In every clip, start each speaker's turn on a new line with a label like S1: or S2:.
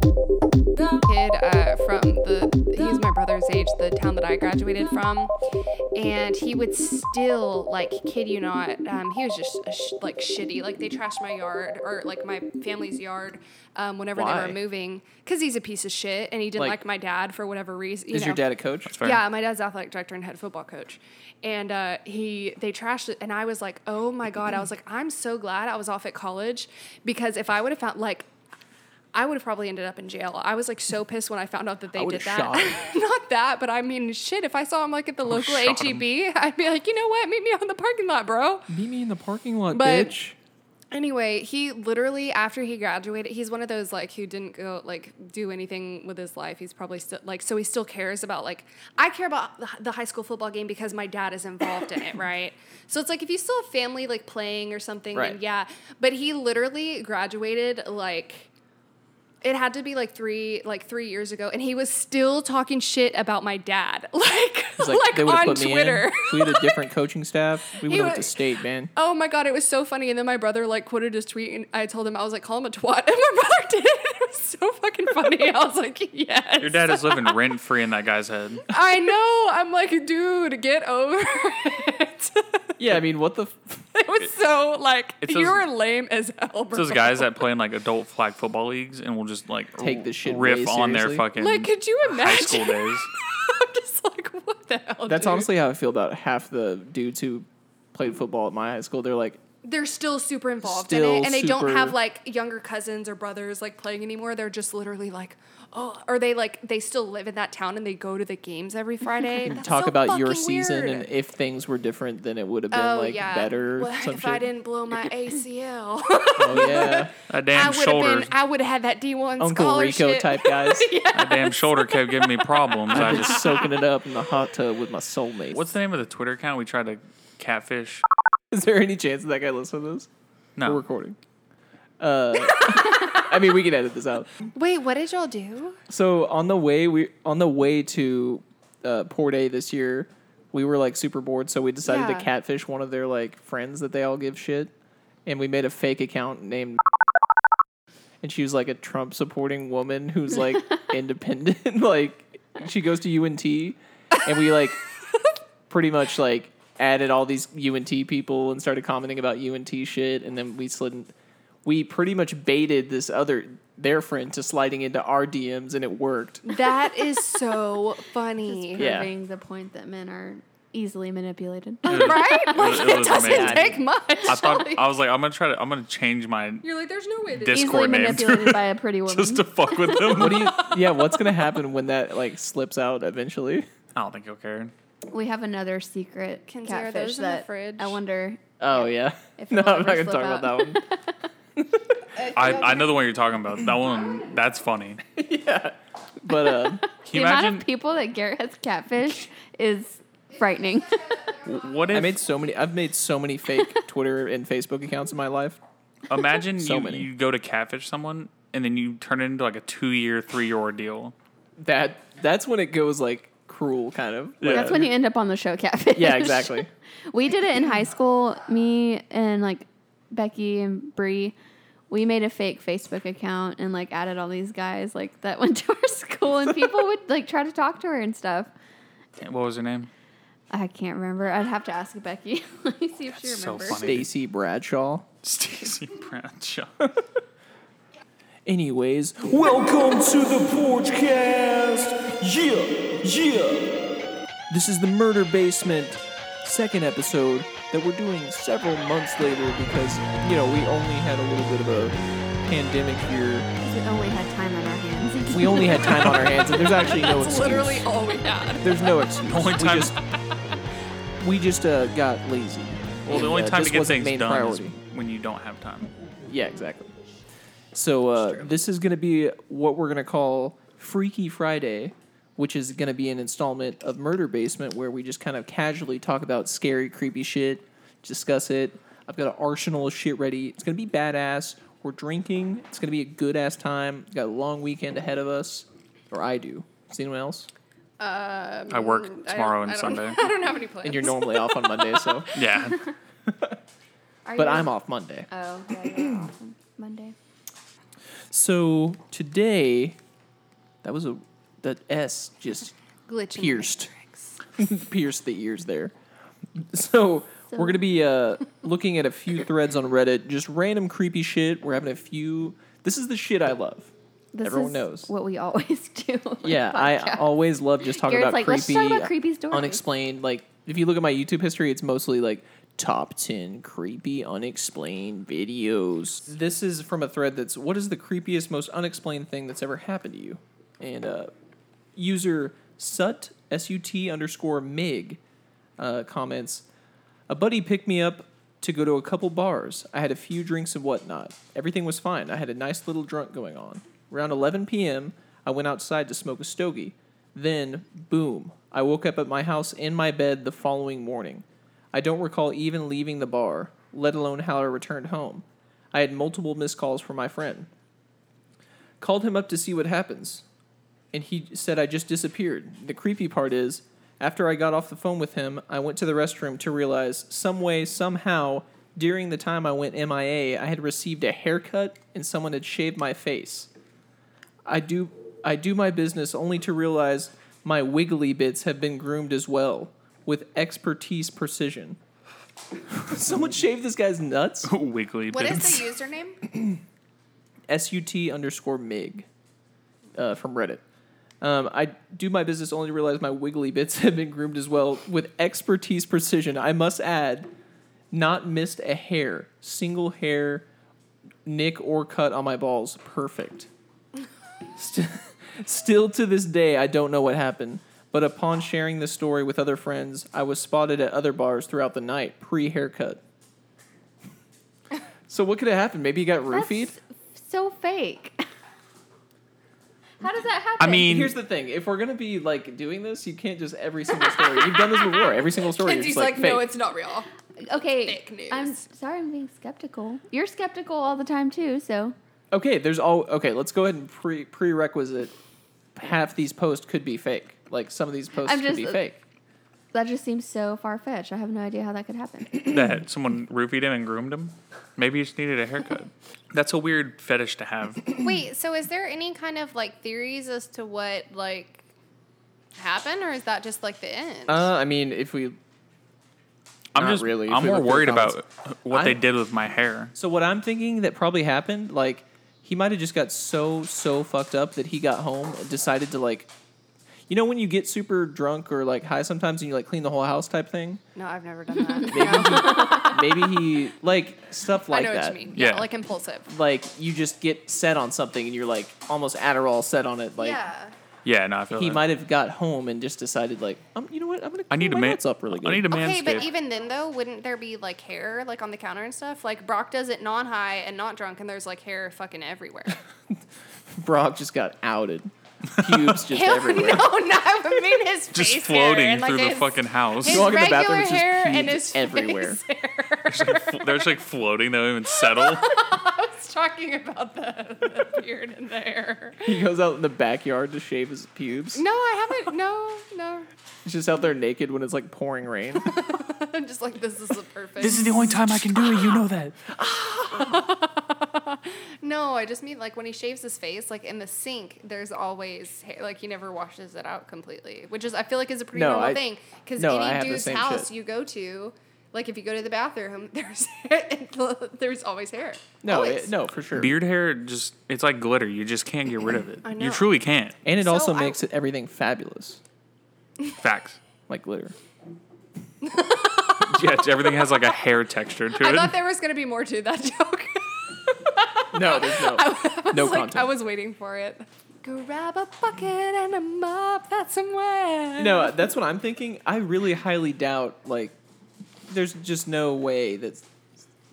S1: kid uh, from the he's my brother's age the town that i graduated from and he would still like kid you not um, he was just a sh- like shitty like they trashed my yard or like my family's yard um, whenever they
S2: Why?
S1: were moving because he's a piece of shit and he didn't
S2: Like-
S1: like, my dad for whatever reason you
S2: Is
S1: know.
S2: your dad a coach?
S3: fair.
S1: Yeah, my dad's athletic director and head football coach, and uh, he they trashed it, and I was like, oh my god, I was like, I'm so glad I was off at college because if I would have found like. I would have probably ended up in jail. I was like so pissed when I found out that they
S2: would've
S1: did that.
S2: shot him.
S1: Not that, but I mean, shit. If I saw him like at the local
S3: shot him.
S1: HEB, I'd be like, you know what? Meet me on the parking lot, bro.
S3: Meet me in the parking lot,
S1: But-
S3: bitch.
S1: Anyway, he literally after he graduated, he's one of those like who didn't go like do anything with his life. He's probably still like so he still cares about like I care about the- the high school football game because my dad is involved in it, right? So it's like if you still have family like playing or something,
S2: Right.
S1: then yeah. But he literally graduated like it had to be like three like three years ago, and he was still talking shit about my dad, like
S2: He's
S1: like,
S2: would've
S1: on Twitter.
S2: in. If We had a different coaching staff. We would
S1: He
S2: have went
S1: would-
S2: to state, man.
S1: Oh my god, it was so funny. And then my brother like quoted his tweet, and I told him I was like, "Call him a twat," and my brother did. It was so fucking funny. I was like, "Yes."
S3: Your dad is living rent free in that guy's head.
S1: I know. I'm like, dude, get over it.
S2: Yeah, I mean, what the? F-
S1: it was so like
S3: It's those-
S1: you were lame as hell. Bro.
S3: It's those guys that play in like adult flag football leagues and will just like
S2: Take this shit way
S3: riff on their
S2: seriously.
S3: fucking
S1: like, could you
S3: high
S1: imagine?
S3: school days.
S1: I'm just like, what the hell?
S2: that's
S1: dude?
S2: honestly how I feel about half the dudes who played football at my high school. They're like,
S1: They're still super involved
S2: Still
S1: in it, and they
S2: super-
S1: don't have like younger cousins or brothers like playing anymore. They're just literally like. Oh, or they like they still live in that town and they go to the games every Friday. That's
S2: talk
S1: so
S2: about your
S1: fucking
S2: season
S1: weird. Oh,
S2: and if things were different, then it would have been like better. or
S1: What
S2: some
S1: if
S2: shit.
S1: I didn't blow my ACL?
S2: Oh yeah,
S3: That
S1: I
S3: damn
S1: would have
S3: shoulder,
S1: been. I would have had that D one
S2: Uncle
S1: scholarship.
S2: Rico type guys.
S3: that damn shoulder kept giving me problems. I just
S2: Just soaking it up in the hot tub with my soulmates.
S3: what's the name of the Twitter account we tried to catfish?
S2: Is there any chance that that guy listens to this? We're
S3: No,
S2: recording. Uh, I mean, we can edit this out.
S1: Wait, what did y'all do?
S2: So on the way we on the way to uh, Port A this year, we were like super bored, so we decided
S1: Yeah.
S2: to catfish one of their like friends that they all give shit, and we made a fake account named. And she was like a Trump supporting woman who's like independent, like she goes to UNT, and we like pretty much like added all these UNT people and started commenting about UNT shit, and then we slid. We pretty much baited this other their friend to sliding into our DMs, and it worked.
S1: That is so funny,
S4: Just
S2: Yeah.
S4: proving the point that men are easily manipulated.
S1: right? Like
S3: was- it
S1: it,
S3: was
S1: doesn't
S3: amazing.
S1: take much.
S3: I thought I was like, I'm gonna try to, I'm gonna change my
S1: You're like, there's no way that
S3: Dis-
S4: easily
S3: Discord name.
S4: manipulated by a pretty woman.
S3: just to fuck with them.
S2: What do you? Yeah, what's gonna happen when that like slips out eventually?
S3: I don't think you'll care.
S4: we have another secret
S1: Kinsey, are
S4: catfish
S1: those in the
S4: that
S1: fridge?
S4: I wonder.
S2: Oh yeah.
S4: If
S2: No,
S4: it'll
S2: I'm not gonna
S4: ever slip
S2: talk about
S4: out.
S2: that one.
S3: I, I know the one you're talking about. That one, that's funny.
S2: But uh,
S3: Can
S4: The
S3: you
S4: amount
S3: imagine
S4: of people that Garrett has catfish is frightening.
S3: what if
S2: I made so many. I've made so many fake Twitter and Facebook accounts in my life.
S3: Imagine
S2: So
S3: you,
S2: many.
S3: you go to catfish someone and then you turn it into like a two year, three year ordeal.
S2: That that's when it goes like cruel, kind of. Like,
S4: That's when you end up on the show catfish.
S2: Yeah, exactly.
S4: We did it in high school. Me and like Becky and Bree, we made a fake Facebook account and like added all these guys like that went to our school, and people would like try to talk to her and stuff.
S3: What was her name?
S4: I can't remember. I'd have to ask Becky. Let me see if she
S3: so
S4: remembers.
S3: funny.
S2: Stacy Bradshaw.
S3: Stacy Bradshaw.
S2: Anyways,
S5: Welcome to the Porchcast. Yeah, yeah.
S2: This is the Murder Basement second episode that we're doing several months later because, you know, we only had a little bit of a pandemic here.
S4: oh, We only had time on our hands.
S2: We only had time on our hands, and there's actually no excuse.
S1: literally all we had.
S2: there's no excuse.
S3: only time-
S2: We just, we just uh, got lazy.
S3: Well, the
S2: And,
S3: only
S2: uh,
S3: time
S2: this
S3: to get
S2: wasn't
S3: things
S2: main
S3: done
S2: priority.
S3: is when you don't have time.
S2: Yeah, exactly. So uh, this is going to be what we're going to call Freaky Friday, which is going to be an installment of Murder Basement where we just kind of casually talk about scary, creepy shit, discuss it. I've got an arsenal of shit ready. It's going to be badass. We're drinking. It's gonna be a good ass time. Got a long weekend ahead of us, or I do. Does anyone else?
S1: Um,
S3: I work
S1: don't-
S3: tomorrow and
S1: I don't-
S3: Sunday.
S1: I don't have any plans.
S2: And you're normally off on Monday, so.
S3: Yeah.
S4: Are
S2: But
S4: you-
S2: I'm off Monday.
S4: Oh, yeah, you're off on Monday.
S2: So today, that was a that S just
S1: glitching.
S2: pierced, pierced the ears there. So, we're gonna be uh, looking at a few threads on Reddit, just random creepy shit. We're having a few. This is the shit I love.
S4: This
S2: Everyone
S4: is
S2: knows.
S4: what we always do. on the
S2: Yeah, I
S4: podcast.
S2: always love just talking
S4: Garrett's
S2: about
S4: like, "Let's
S2: creepy,
S4: talk about creepy stories."
S2: unexplained. Like if you look at my YouTube history, it's mostly like top ten creepy unexplained videos. This is from a thread that's what is the creepiest, most unexplained thing that's ever happened to you? And uh, user sut s u t underscore mig uh, comments. A buddy picked me up to go to a couple bars. I had a few drinks and whatnot. Everything was fine. I had a nice little drunk going on. Around 11 p.m., I went outside to smoke a stogie. Then, boom, I woke up at my house in my bed the following morning. I don't recall even leaving the bar, let alone how I returned home. I had multiple missed calls from my friend. Called him up to see what happens and he said I just disappeared. The creepy part is, after I got off the phone with him, I went to the restroom to realize some way, somehow, during the time I went MIA, I had received a haircut and someone had shaved my face. I do I do my business only to realize my wiggly bits have been groomed as well with expertise precision. someone shaved this guy's nuts?
S3: Wiggly
S1: What is
S3: bits.
S1: the username?
S2: sut underscore mig uh, from reddit um, i do my business only to realize my wiggly bits have been groomed as well with expertise precision i must add not missed a hair single hair nick or cut on my balls perfect St- still to this day i don't know what happened but upon sharing this story with other friends i was spotted at other bars throughout the night pre-haircut so what could have happened maybe you got
S4: That's
S2: roofied
S4: so fake. How does that happen?
S3: I mean,
S2: Here's the thing: if we're gonna be like doing this, you can't just every single story. You've done this before. Every single story.
S1: And
S2: is
S1: he's
S2: just,
S1: like,
S2: like,
S1: no,
S2: fake."
S1: it's not real.
S4: okay.
S1: fake news.
S4: I'm sorry, I'm being skeptical. You're skeptical all the time too, so
S2: okay. There's all okay. Let's go ahead and pre prerequisite. Half these posts could be fake. Like some of these posts
S4: I'm
S2: could
S4: just-
S1: uh,
S2: be fake.
S4: that just seems so far fetched. I have no idea how that could happen.
S3: that someone roofied him and groomed him. Maybe he just needed a haircut. That's a weird fetish to have.
S1: Wait, so is there any kind of like theories as to what like happened, or is that just like the end?
S2: Uh, I mean, if we
S3: I'm
S2: Not
S3: just
S2: really, if
S3: I'm
S2: we
S3: more
S2: look at the
S3: worried
S2: comments.
S3: about what
S2: I-
S3: they did with my hair.
S2: so what I'm thinking that probably happened, like he might have just got so so fucked up that he got home and decided to like, you know, when you get super drunk or like high sometimes and you like clean the whole house type thing.
S1: no, I've never done that.
S2: Maybe he, maybe he like stuff
S1: I
S2: like
S1: know
S2: that.
S1: what you mean. Yeah,
S3: Yeah.
S1: like impulsive.
S2: like you just get set on something and you're like almost Adderall set on it. Like
S1: yeah.
S3: Yeah, no, I feel
S2: he
S3: that.
S2: might have got home and just decided like, um, you know what, I'm gonna.
S3: I need
S2: clean
S3: to
S2: my
S3: man.
S2: nuts up really good.
S3: I need to manscape.
S1: Okay, but even then though, wouldn't there be like hair like on the counter and stuff? Like Brock does it non high and not drunk, and there's like hair fucking everywhere.
S2: Brock just got outed. Pubes just
S1: Hell
S2: everywhere.
S1: no, not I would mean his
S3: just
S1: face
S3: floating
S1: hair and, like,
S3: through the
S1: his-
S3: fucking house.
S1: His
S2: You walk in the
S1: regular
S2: bathroom, it's just
S1: hair
S2: pubes
S1: and his
S2: everywhere.
S1: Face hair.
S3: They're just like floating. They don't even settle.
S1: I was talking about the, the beard and the hair.
S2: He goes out in the backyard to shave his pubes.
S1: No, I haven't. No, no.
S2: He's just out there naked when it's like pouring rain.
S1: I'm just like this is the perfect.
S3: this is the only time I can do it. You know that.
S1: No, I just mean like when he shaves his face, like in the sink, there's always hair. Like he never washes it out completely, which is I feel like is a pretty
S2: No,
S1: normal
S2: I-
S1: thing. Because
S2: no, I have
S1: any
S2: the
S1: dude's
S2: same
S1: house
S2: shit.
S1: you go to, like if you go to the bathroom, there's it- there's always hair.
S2: No,
S1: Always.
S2: it, no, for sure.
S3: Beard hair just it's like glitter. You just can't get rid of it.
S1: I know.
S3: You truly can't.
S2: And it
S1: So
S2: also
S1: I-
S2: makes it everything fabulous,
S3: Facts.
S2: like glitter.
S3: Yeah, it's- everything has like a hair texture to
S1: I
S3: it.
S1: thought there was gonna be more to that joke.
S2: No, there's no no
S1: It's like,
S2: content.
S1: I was waiting for it. Grab a bucket and a mop. That's somewhere.
S2: No, that's what I'm thinking. I really highly doubt like there's just no way that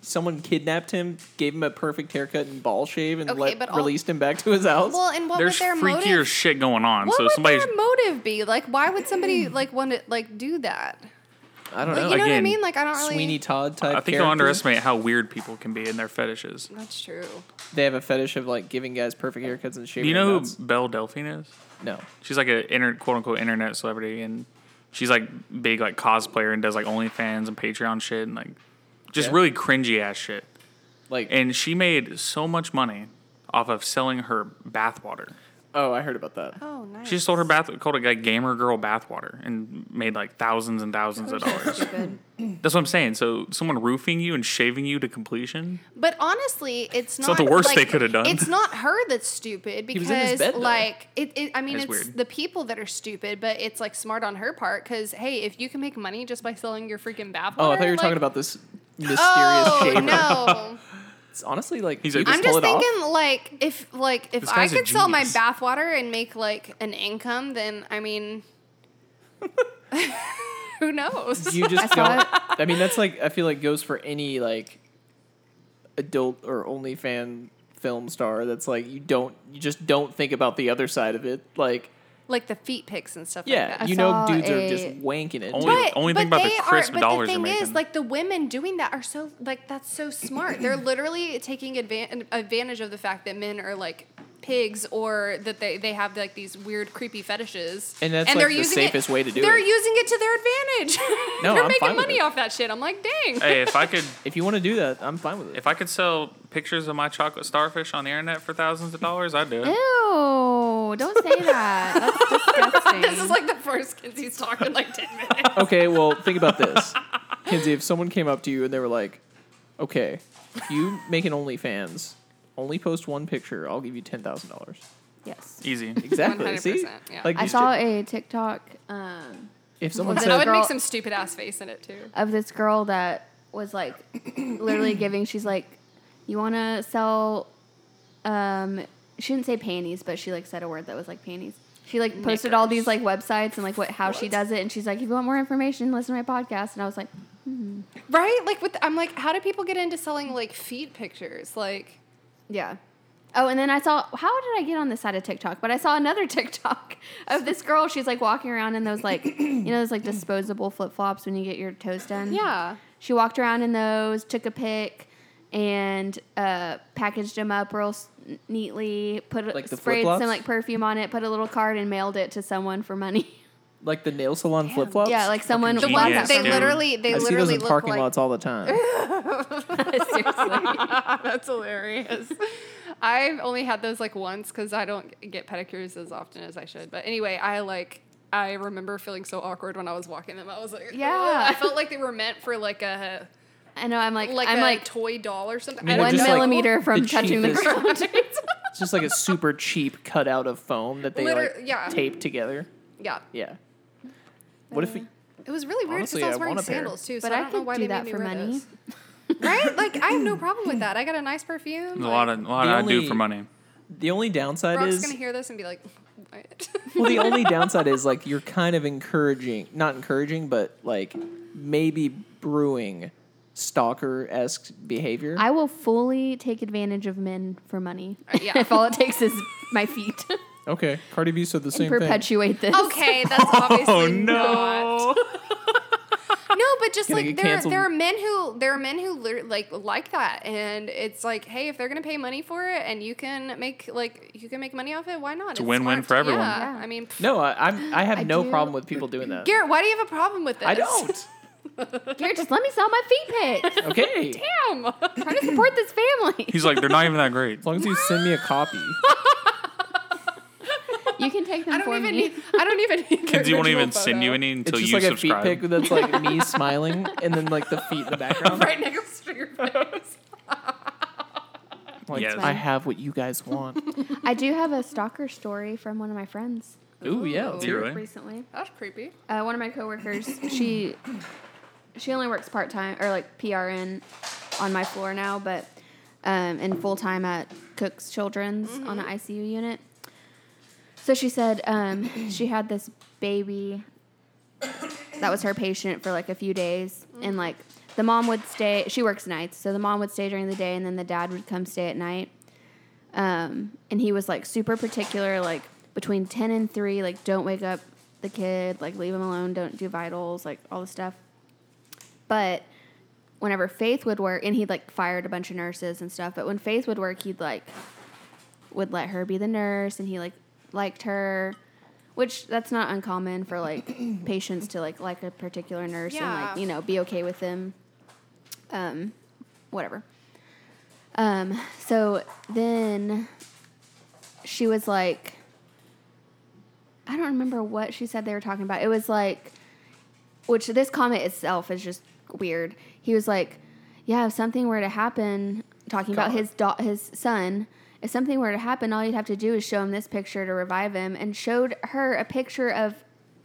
S2: someone kidnapped him, gave him a perfect haircut and ball shave and
S1: Okay,
S2: let-
S1: but all-
S2: released him back to his house.
S1: Well, and what
S3: There's
S1: would their
S3: freakier
S1: motive?
S3: shit going on.
S1: What
S3: so
S1: would
S3: somebody's
S1: their motive be? Like, why would somebody like want to like do that?
S2: I don't
S1: But
S2: know.
S1: you know what I
S3: Again,
S1: mean? Like I don't really.
S2: Sweeney Todd type.
S3: I think
S2: character.
S3: you'll underestimate how weird people can be in their fetishes.
S1: That's true.
S2: They have a fetish of like giving guys perfect haircuts and
S3: Do
S2: shaving.
S3: you know
S2: nuts.
S3: who Belle Delphine is?
S2: No.
S3: She's like a inter, quote unquote internet celebrity, and she's like big like cosplayer and does like OnlyFans and Patreon shit and like just
S2: Yeah.
S3: really cringy ass shit.
S2: Like
S3: And she made so much money off of selling her bathwater.
S2: oh, I heard about that.
S1: Oh, nice.
S3: She just sold her bath called it like gamer girl bathwater and made like thousands and thousands of
S2: Oh,
S3: dollars.
S1: Stupid.
S3: That's what I'm saying. So someone roofing you and shaving you to completion.
S1: But honestly, it's not,
S3: not the worst
S1: like,
S3: they could have done.
S1: It's not her that's stupid because,
S2: was in his bed, though.
S1: like, it, it. I mean,
S3: That's
S1: it's
S3: weird.
S1: the people that are stupid, but it's like smart on her part because hey, if you can make money just by selling your freaking bathwater,
S2: Oh, I thought you were
S1: like,
S2: talking about this mysterious
S1: Oh
S2: shaver.
S1: no!
S2: It's honestly like
S3: He's
S2: you
S3: like,
S2: just
S1: I'm
S2: pull
S1: just
S2: it off.
S1: thinking like if like if
S3: This
S1: I
S3: guy's a
S1: could sell my
S3: genius.
S1: bathwater and make like an income, then I mean, who knows?
S2: you just
S4: I saw
S2: don't. I mean, that's like I feel like goes for any like adult or OnlyFan film star. That's like you don't you just don't think about the other side of it. Like
S1: like the feet pics and stuff.
S2: yeah,
S1: like that.
S2: you know
S4: saw
S2: dudes are
S4: a-
S2: just wanking it.
S3: Only-
S2: too.
S1: But,
S3: only
S1: but
S3: thing about the
S1: they
S3: crisp
S1: are, but
S3: dollars
S1: the
S3: you're
S1: thing is,
S3: making.
S1: like the women doing that are so like that's so smart. They're literally taking advan- advantage of the fact that men are like pigs or that they, they have like these weird creepy fetishes.
S2: And that's, like, the safest
S1: it,
S2: way to do
S1: They're
S2: it.
S1: using it to their advantage.
S2: No,
S1: they're
S2: I'm
S1: making
S2: fine with
S1: money
S2: it.
S1: off that shit. I'm like, dang.
S3: Hey, if I could
S2: if you want to do that, I'm fine with it.
S3: if I could sell pictures of my chocolate starfish on the internet for thousands of dollars, I'd do it.
S4: Ew! Don't say that. That's disgusting.
S1: This is like the first kids he's talking in, like ten minutes.
S2: okay, well, think about this. Kinsey, if someone came up to you and they were like, okay, if you make an OnlyFans, only post one picture, I'll give you $10,000.
S4: yes.
S3: Easy.
S2: Exactly. See?
S1: 100%, yeah.
S2: Like,
S4: I
S2: you
S4: saw
S2: should-
S4: a TikTok um,
S2: If someone
S4: was it
S1: I
S2: said,
S1: would make
S4: Girl-
S1: some stupid ass face in it too.
S4: of this girl that was like literally giving. She's like, "You want to sell?" Um, she didn't say panties, but she like said a word that was like panties. She like posted all these like websites and like what how she does it, and she's like, "If you want more information, listen to my podcast." And I was like,
S1: Right? Like with I'm like, how do people get into selling like feet pictures? Like
S4: Yeah. Oh, and then I saw how did I get on this side of TikTok? But I saw another TikTok of this girl. She's like walking around in those like you know those like disposable flip flops when you get your toes done.
S1: Yeah.
S4: She walked around in those, took a pic, and uh, packaged them up real s- neatly. Put a-
S2: Like the
S4: sprayed
S2: flip-flops?
S4: some like perfume on it. Put a little card and mailed it to someone for money.
S2: like, the nail salon flip flops?
S4: yeah, like someone
S1: the
S3: Fucking
S4: bought
S1: ones
S3: genius,
S1: that
S4: that
S1: they
S4: from
S3: dude.
S1: literally they
S2: I see those
S1: literally
S2: in
S1: look
S2: parking
S1: like
S2: lots all the time.
S4: her. Seriously.
S1: That's hilarious. I've only had those like once because I don't get pedicures as often as I should. But anyway, I like I remember feeling so awkward when I was walking them. I was like,
S4: Yeah.
S1: "Ugh." I felt like they were meant for like a
S4: I know. I'm like,
S1: like
S4: I'm
S1: a
S4: like
S1: toy doll or something.
S2: mean,
S1: don't
S2: they're
S4: one
S2: just, like,
S4: millimeter from
S2: the
S4: touching the
S2: cheapest-
S4: ground.
S2: it's just like a super cheap cutout of foam that they
S1: Liter-
S2: like
S1: yeah.
S2: tape together.
S1: yeah,
S2: Yeah. What if we,
S1: it was really weird because
S2: Honestly,
S1: I
S2: I
S1: was wearing
S2: want a pair.
S1: sandals too. So
S4: But
S1: I
S4: I
S1: don't know
S4: could
S1: why
S4: do
S1: they
S4: that
S1: made me
S4: for
S1: wear
S4: money.
S1: those. right? Like I have no problem with that. I got a nice perfume.
S3: There's a
S1: like,
S3: lot of a lot
S2: The
S3: I do
S2: only-
S3: for money.
S2: the only downside
S1: Brock's
S2: is
S1: gonna hear this and be like, what?
S2: Well, the only downside is like you're kind of encouraging, not encouraging, but like maybe brewing stalker esque behavior.
S4: I will fully take advantage of men for money.
S1: Uh, yeah.
S4: if all it takes is my feet
S2: okay, Cardi B said the
S4: and perpetuate this.
S1: Okay, that's obviously
S3: Oh
S1: not.
S3: no.
S1: No, but just
S2: Gonna
S1: like
S2: get
S1: there,
S2: canceled.
S1: there are men who there are men who lit- like like that, and it's like, hey, if they're gonna pay money for it, and you can make like you can make money off it, why not? It's,
S3: win-win
S1: smart.
S3: for everyone.
S1: Yeah,
S4: Yeah.
S1: I mean, pff,
S2: No, I, I'm, I have
S4: I
S2: no
S4: do-
S2: problem with people doing that.
S1: Garrett, why do you have a problem with this?
S2: I don't.
S4: Garrett, just let me sell my feet pics.
S2: Okay, as
S1: Damn.
S4: Try to support this family.
S3: He's like, they're not even that great.
S2: long as you send me a copy.
S4: You can take them
S1: I don't
S4: for
S1: even
S4: me.
S1: need. I don't even need. their
S3: Kinsey won't
S1: original
S3: even send
S1: photo.
S3: you any
S2: It's
S3: until
S2: just
S3: you
S2: like
S3: subscribe.
S2: a feet pic that's like me smiling and then like the feet in the background.
S1: right next to your face.
S2: Like,
S3: Yes.
S2: I have what you guys want.
S4: I do have a stalker story from one of my friends
S2: Ooh, yeah. let's
S1: Do you
S2: hear it.
S3: really?
S4: recently.
S1: That's creepy.
S4: Uh, one of my coworkers, she she only works part time or like PRN on my floor now, but um, and full time at Cook's Children's on an ICU unit. So she said um, she had this baby that was her patient for like a few days, and like the mom would stay. She works nights, so the mom would stay during the day, and then the dad would come stay at night. Um, and he was like super particular, like between 10 and 3, like don't wake up the kid, like leave him alone, don't do vitals, like all this stuff. But whenever Faith would work, and he'd like fired a bunch of nurses and stuff. But when Faith would work, he'd like would let her be the nurse, and he like liked her, which that's not uncommon for like patients to like like a particular nurse and
S1: Yeah.
S4: like you know be okay with them, um, whatever. Um, so then she was like, I don't remember what she said they were talking about. It was like, which this comment itself is just weird. He was like, yeah, if something were to happen, talking about his da- his son, if something were to happen, all you'd have to do is show him this picture to revive him, and showed her a picture of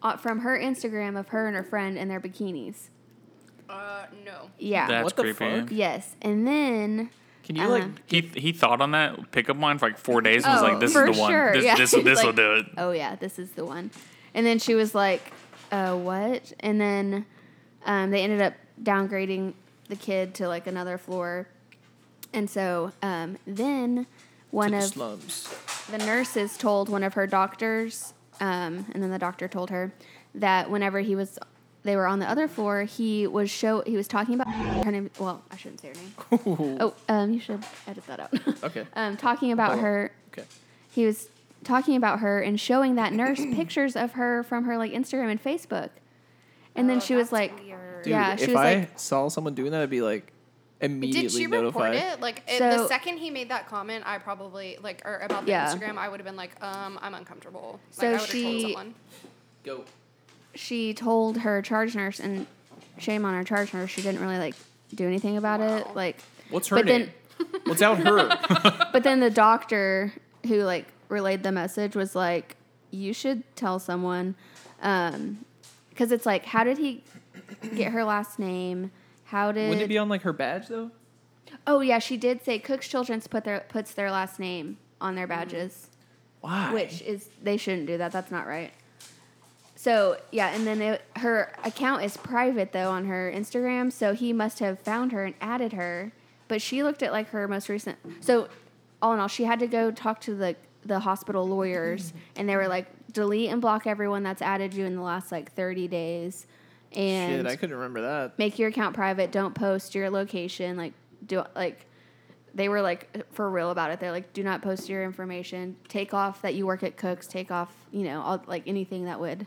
S4: uh, from her Instagram of her and her friend in their bikinis.
S1: Uh, no.
S4: Yeah.
S3: That's
S2: What the
S3: creepy.
S2: fuck?
S4: yes, and then
S2: Can you
S4: Uh-huh.
S2: like?
S3: He he thought on that pickup line for like four days and was
S4: Oh,
S3: like, "This is
S4: for
S3: the one.
S4: sure,
S3: This
S4: yeah.
S3: this
S4: He's
S3: this will
S4: like-
S3: do it."
S4: oh yeah, this is the one. And then she was like, uh, what? And then um, they ended up downgrading the kid to like another floor. And so um, then one
S2: to the
S4: of
S2: slums.
S4: the nurses told one of her doctors, um, and then the doctor told her that whenever he was, they were on the other floor. He was show. He was talking about her name. Well, I shouldn't say her name. oh, um, you should edit that out.
S2: Okay.
S4: um, talking about
S2: Hold on.
S4: her
S2: Okay.
S4: he was talking about her and showing that nurse pictures of her from her like Instagram and Facebook. And then
S1: Oh,
S4: she was
S1: that's
S4: like,
S1: weird.
S2: Dude,
S4: yeah, she
S2: if
S4: was
S2: I
S4: like,
S2: saw someone doing that, I'd be like, immediately
S1: Did she
S2: notified.
S1: report it? Like it,
S4: So-
S1: the second he made that comment, I probably like or about the
S4: Yeah.
S1: Instagram, I would have been like, um, I'm uncomfortable. Like,
S4: So
S1: I would've
S4: she-
S1: told someone.
S2: Go.
S4: she told her charge nurse, and shame on her charge nurse, she didn't really like do anything about
S1: Wow.
S4: it. Like,
S2: What's her
S4: But then-
S2: name? What's out her?
S4: but then the doctor who like relayed the message was like, you should tell someone, um, because it's like, how did he get her last name? How did?
S2: Wouldn't it be on like her badge though?
S4: oh yeah, she did say Cook's Children's put their puts their last name on
S1: Mm.
S4: their badges.
S2: Why?
S4: which is they shouldn't do that. That's not right. So yeah, and then it, her account is private though on her Instagram, so he must have found her and added her. But she looked at like her most recent. So all in all, she had to go talk to the the hospital lawyers,
S2: Mm-hmm.
S4: and they were like, delete and block everyone that's added you in the last like thirty days, and
S2: Shit, I couldn't remember that.
S4: make your account private. Don't post your location. Like do like they were like for real about it. They're like, do not post your information. Take off that you work at Cooks. Take off you know all like anything that would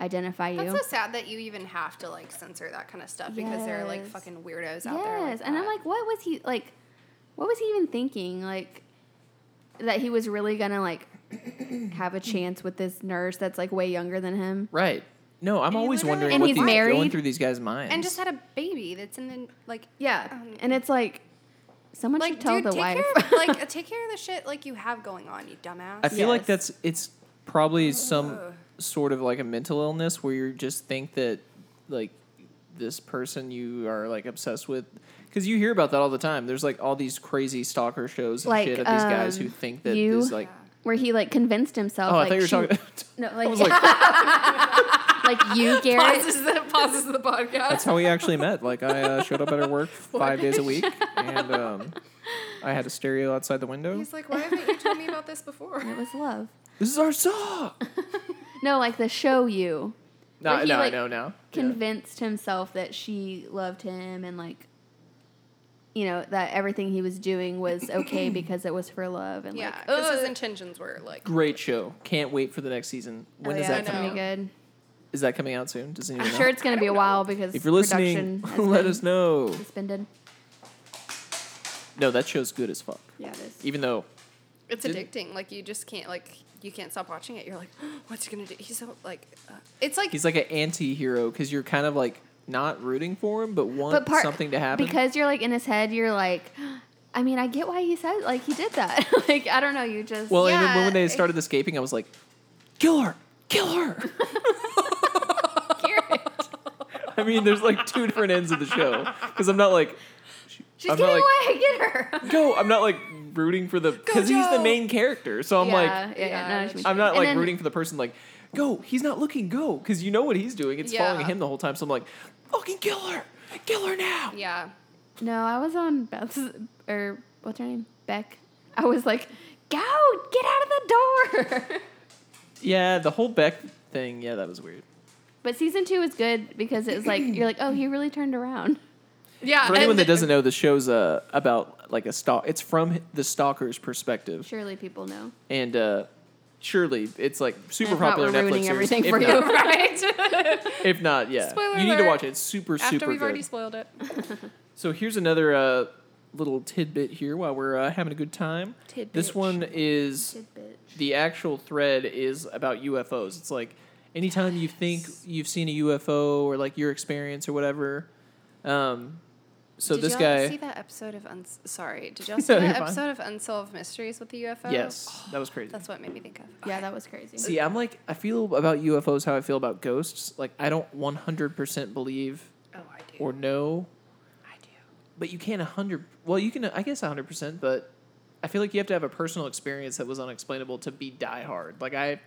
S4: identify you.
S1: That's so sad that you even have to like censor that kind of stuff because there are like
S4: Yes.
S1: fucking weirdos out there.
S4: yes, and I'm
S1: that.
S4: like, what was he like? What was he even thinking? Like that he was really gonna like have a chance with this nurse that's like way younger than him.
S2: Right. No, I'm always
S1: literally-
S2: wondering
S1: And
S2: what
S4: he's
S2: these, going
S4: married.
S2: through these guys' minds.
S1: and just had a baby that's in the like
S4: Yeah,
S1: Um,
S4: and it's like someone should
S1: like
S4: tell
S1: dude,
S4: the
S1: take
S4: wife.
S1: care of, like take care of the shit like you have going on, you dumbass.
S2: I feel like
S4: Yes.
S2: that's it's probably some sort of like a mental illness where you just think that like this person you are like obsessed with because you hear about that all the time. There's like all these crazy stalker shows and
S4: Like,
S2: shit of these guys
S4: um,
S2: who think that
S4: you-
S2: this like
S4: where he like convinced himself.
S2: oh
S4: like,
S2: I thought you were
S4: she-
S2: talking.
S4: No,
S2: I
S4: like
S2: was
S4: like,
S2: like
S4: you, Garrett.
S1: pauses the pauses the podcast.
S2: that's how we actually met. Like I uh, showed up at her work five days a week and um, I had a stereo outside the window.
S1: He's like, why haven't you told me about this before?
S4: It was love.
S2: this is our song.
S4: No, like the show you
S2: No,
S4: Where he,
S2: no, I
S4: like,
S2: know now. Yeah.
S4: convinced himself that she loved him and like you know that everything he was doing was okay because it was for love and
S1: yeah,
S4: like
S1: because his
S2: uh,
S4: ugh.
S1: intentions were like
S2: Great show. Can't wait for the next season. When
S4: oh,
S2: is
S4: yeah,
S2: that
S4: it's
S1: I
S2: coming
S4: gonna
S1: know.
S2: out?
S4: be good.
S2: Is that coming out soon? Does anyone
S4: I'm
S2: know?
S4: sure it's gonna be a while because
S2: if you're listening,
S4: production has
S2: let
S4: been
S2: us know.
S4: suspended.
S2: No, that show's good as fuck.
S4: Yeah, it is.
S2: Even though
S1: it's
S2: Did-
S1: addicting. Like you just can't like you can't stop watching it. You're like, what's he gonna do? He's so like, uh, it's like
S2: he's like an anti-hero because you're kind of like not rooting for him, but want
S4: But part
S2: something to happen.
S4: because you're like in his head. You're like, I mean, I get why he said like he did that. like I don't know. You just
S2: well, and then
S1: yeah,
S2: when they
S1: it-
S2: started escaping, I was like, "Kill her, kill her."
S4: Garrett.
S2: I mean, there's like two different ends of the show because I'm not like,
S4: She's
S2: I'm not,
S4: getting
S2: like-
S4: away. Get her.
S2: go. I'm not like rooting for the because he's the
S1: Joe!
S2: main character, so I'm like,
S4: yeah, yeah,
S1: yeah,
S4: no, I
S1: that's
S4: should be
S2: I'm
S4: fine.
S2: not
S4: And
S2: like
S4: then-
S2: rooting for the person like, go, he's not looking, go, because you know what he's doing. It's following
S1: Yeah.
S2: him the whole time. So I'm like, fucking kill her, kill her now.
S1: yeah.
S4: No, I was on Beth's or what's her name, Beck. I was like, go get out of the door.
S2: Yeah, the whole Beck thing. Yeah, that was weird.
S4: But season two was good because it was like you're like, oh, he really turned around.
S1: Yeah.
S2: For anyone
S1: Uh, and-
S2: that doesn't know, the show's uh, about like a stalk. It's from the stalker's perspective,
S4: Surely people know.
S2: and uh, surely it's like super
S4: I thought
S2: popular
S4: we're
S2: Netflix
S4: ruining
S2: series.
S4: everything
S2: if
S4: for
S2: not,
S4: you.
S1: right.
S2: If not, yeah,
S1: Spoiler
S2: you need to
S1: alert.
S2: watch it. It's super
S1: After
S2: super
S1: we've
S2: good.
S1: already spoiled it.
S2: So here's another uh, little tidbit here while we're uh, having a good time. This
S4: Tidbit.
S2: one is
S4: Tidbit.
S2: the actual thread is about UFOs. It's like anytime you think you've seen a UFO or like your experience or whatever. Um, so
S1: did
S2: this
S1: y'all
S2: guy,
S1: see that episode of Uns- sorry? Did y'all see
S2: No,
S1: that
S2: you're fine.
S1: episode of Unsolved Mysteries with the UFO?
S2: yes, that was crazy.
S1: That's what it made me think of.
S4: Yeah, that was crazy.
S2: See, I'm like I feel about UFOs how I feel about ghosts. Like I don't 100% believe
S1: Oh, I do.
S2: or know,
S1: I do.
S2: but you can't 100 well, you can I guess 100%, but I feel like you have to have a personal experience that was unexplainable to be diehard. Like I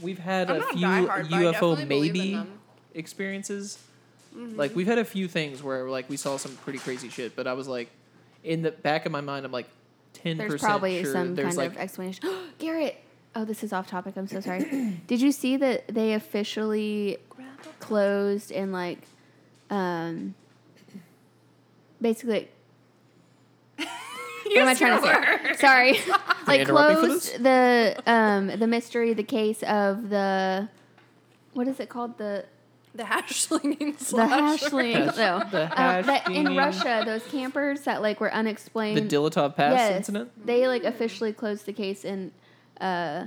S2: we've had
S1: I'm
S2: a
S1: not
S2: few
S1: diehard, but I definitely
S2: UFO
S1: believe in
S2: maybe
S1: them. Mm-hmm.
S2: experiences. Like we've had a few things where like we saw some pretty crazy shit, but I was like in the back of my mind I'm like 10%
S4: There's probably
S2: sure
S4: some
S2: there's
S4: kind
S2: like
S4: of explanation. Garrett. Oh, this is off topic. I'm so sorry. Did you see that they officially closed and like, um, basically what am I trying to say? Sorry, like
S2: interrupt me for
S4: closed the um the mystery, the case of the what is it called the
S1: The hash slinging
S4: the
S1: slasher.
S4: hashling no
S2: The
S4: um, that in
S2: hashling.
S4: Russia those campers that like were unexplained
S2: the Dilatov Pass
S4: yes
S2: incident
S4: they like officially closed the case and uh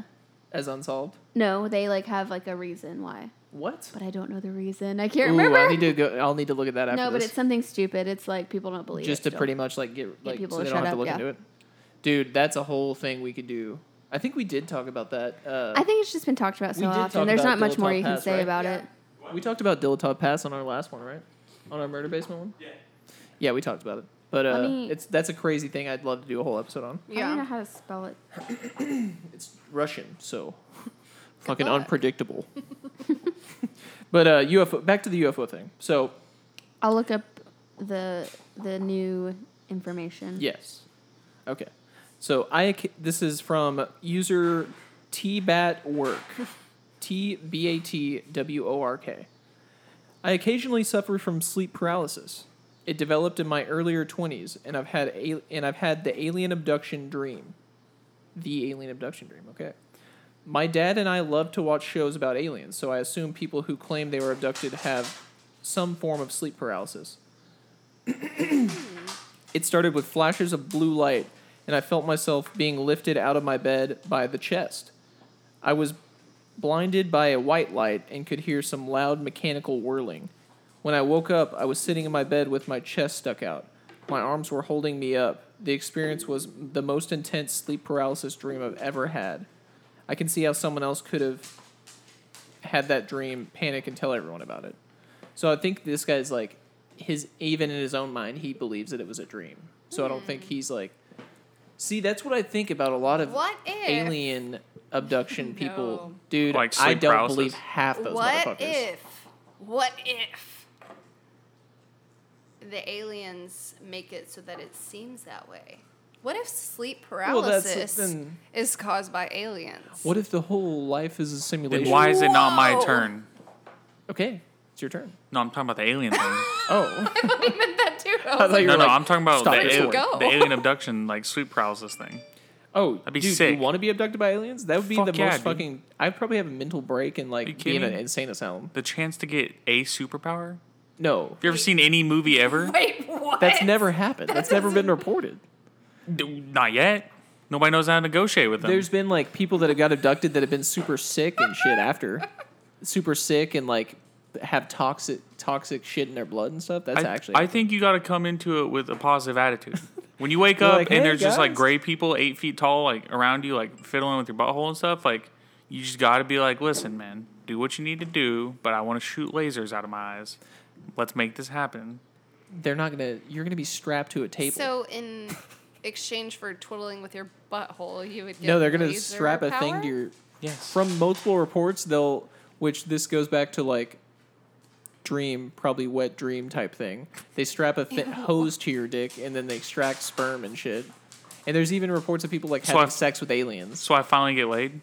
S2: as unsolved.
S4: no they like have like a reason why
S2: What?
S4: but I don't know the reason I can't
S2: Ooh,
S4: remember
S2: I need to go. I'll need to look at that after
S4: no but
S2: this.
S4: it's something stupid it's like people don't believe
S2: just
S4: it
S2: to
S4: still.
S2: pretty much like get like
S4: people
S2: so
S4: to
S2: they don't
S4: shut
S2: have to look
S4: up, yeah.
S2: into it. Dude, that's a whole thing we could do. I think we did talk about that. Uh,
S4: I think it's just been talked about
S2: We
S4: so
S2: did
S4: often
S2: talk
S4: there's
S2: about
S4: not much more
S2: Dilatov
S4: you can
S2: Pass,
S4: say
S2: right?
S4: about it
S2: we talked about Dilatov Pass on our last one, right? On our murder basement one. Yeah. Yeah, we talked about it. But uh,
S4: Let me-
S2: it's that's a crazy thing. I'd love to do a whole episode on.
S4: I don't know
S1: Yeah.
S4: how to spell it
S2: It's Russian, so fucking
S1: luck.
S2: unpredictable. but uh, UFO. Back to the UFO thing. So
S4: I'll look up the the new information.
S2: Yes. Okay. So I c- this is from user tbat work. T B A T W O R K. I occasionally suffer from sleep paralysis. It developed in my earlier 20s and I've had a- and I've had the alien abduction dream. The alien abduction dream, okay. My dad and I love to watch shows about aliens, so I assume people who claim they were abducted have some form of sleep paralysis. It started with flashes of blue light, and I felt myself being lifted out of my bed by the chest. I was blinded by a white light and could hear some loud mechanical whirling. When I woke up, I was sitting in my bed with my chest stuck out. My arms were holding me up. The experience was the most intense sleep paralysis dream I've ever had. I can see how someone else could have had that dream, panic, and tell everyone about it. So I think this guy's like his even in his own mind he believes that it was a dream. So I don't
S1: Hmm.
S2: think he's like See, that's what I think about a lot of
S1: What if-
S2: alien abduction people.
S1: No.
S2: Dude,
S3: Like
S2: I
S3: sleep
S2: don't
S3: paralysis?
S2: believe half those
S1: What
S2: motherfuckers.
S1: if? What if? The aliens make it so that it seems that way. What if sleep
S2: Well, that's-
S1: paralysis
S2: then-
S1: is caused by aliens?
S2: What if the whole life is a
S3: Then
S2: simulation?
S3: why is it not my
S1: Whoa.
S3: turn?
S2: Okay, it's your turn.
S3: No, I'm talking about the alien thing.
S2: Oh,
S1: that too. I
S2: I
S1: was
S2: thought
S1: like,
S2: you
S3: no,
S2: were
S3: no,
S2: like,
S3: I'm talking about the,
S2: stop your
S3: al-
S2: story.
S1: Go.
S3: the alien abduction, like sleep paralysis thing.
S2: oh,
S3: That'd be
S2: dude,
S3: sick.
S2: You want to be abducted by aliens? That would be
S3: Fuck
S2: the
S3: yeah,
S2: most
S3: dude.
S2: fucking. I probably have a mental break and
S3: You
S2: like be in
S3: kidding
S2: an
S3: me?
S2: insane asylum.
S3: The chance to get a superpower.
S2: No,
S3: Have you ever seen any movie ever?
S1: wait, what?
S2: that's never happened. That's never been reported.
S3: D- Not yet. Nobody knows how to negotiate with them.
S2: There's been like people that have got abducted that have been super sick and shit after, super sick and like have toxic toxic shit in their blood and stuff. That's
S3: I,
S2: actually
S3: I think you got to come into it with a positive attitude. When you wake
S2: You're
S3: up
S2: like,
S3: and
S2: "Hey,
S3: there's just like
S2: guys."
S3: gray people eight feet tall, like around you, like fiddling with your butthole and stuff, like you just got to be like, listen, man, do what you need to do, but I want to shoot lasers out of my eyes. Let's make this happen.
S2: they're not gonna. You're gonna be strapped to a table.
S1: So in exchange for twiddling with your butthole, you would get
S2: no, they're gonna
S1: laser
S2: strap a thing
S1: power?
S2: to your.
S3: Yes.
S2: From multiple reports, they'll which this goes back to like dream, probably wet dream type thing. They strap a thi- hose to your dick and then they extract sperm and shit. And there's even reports of people like
S3: So
S2: having
S3: I've-
S2: sex with aliens.
S3: So I finally get laid.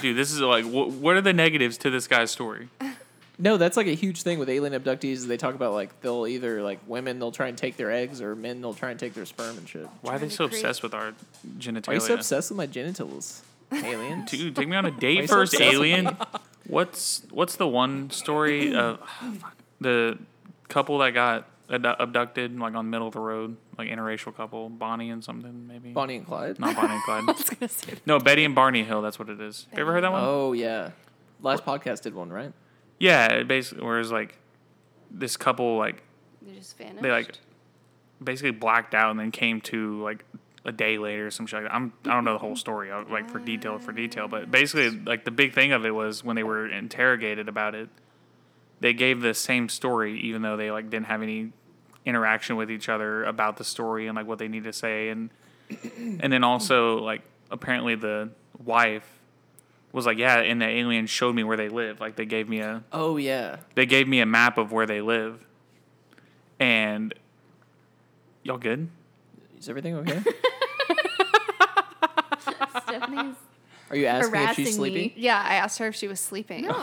S3: Dude, this is like, wh- what are the negatives to this guy's story?
S2: No, that's like a huge thing with alien abductees. Is they talk about like they'll either like women they'll try and take their eggs or men they'll try and take their sperm and shit.
S3: Why are they
S1: Trying to
S3: so
S1: create-
S3: obsessed with our genitalia?
S2: Why are you so obsessed with my genitals, aliens?
S3: Dude, take me on a
S2: Why you
S3: date
S2: so
S3: first,
S2: obsessed with
S3: alien. What's what's the one story of fuck, the couple that got ad- abducted like on the middle of the road, like interracial couple, Bonnie and something maybe.
S2: Bonnie and Clyde.
S3: Not Bonnie and Clyde.
S1: was gonna say
S3: No, Betty and Barney Hill. That's what it is. You ever heard that one?
S2: Oh yeah, last podcast did one right.
S3: Yeah, it basically, whereas like this couple like
S1: they just vanished.
S3: they like basically blacked out and then came to like a day later or some shit like that. I'm I don't know the whole story uh, like for detail for detail, but basically like the big thing of it was when they were interrogated about it, they gave the same story even though they like didn't have any interaction with each other about the story and like what they need to say and and then also like apparently the wife was like yeah and the alien showed me where they live like they gave me a
S2: Oh yeah,
S3: they gave me a map of where they live. And y'all good?
S2: is everything okay?
S4: Stephanie's
S2: Are you asking if
S4: harassing
S2: she's sleeping?
S4: me.
S1: yeah, I asked her if she was sleeping.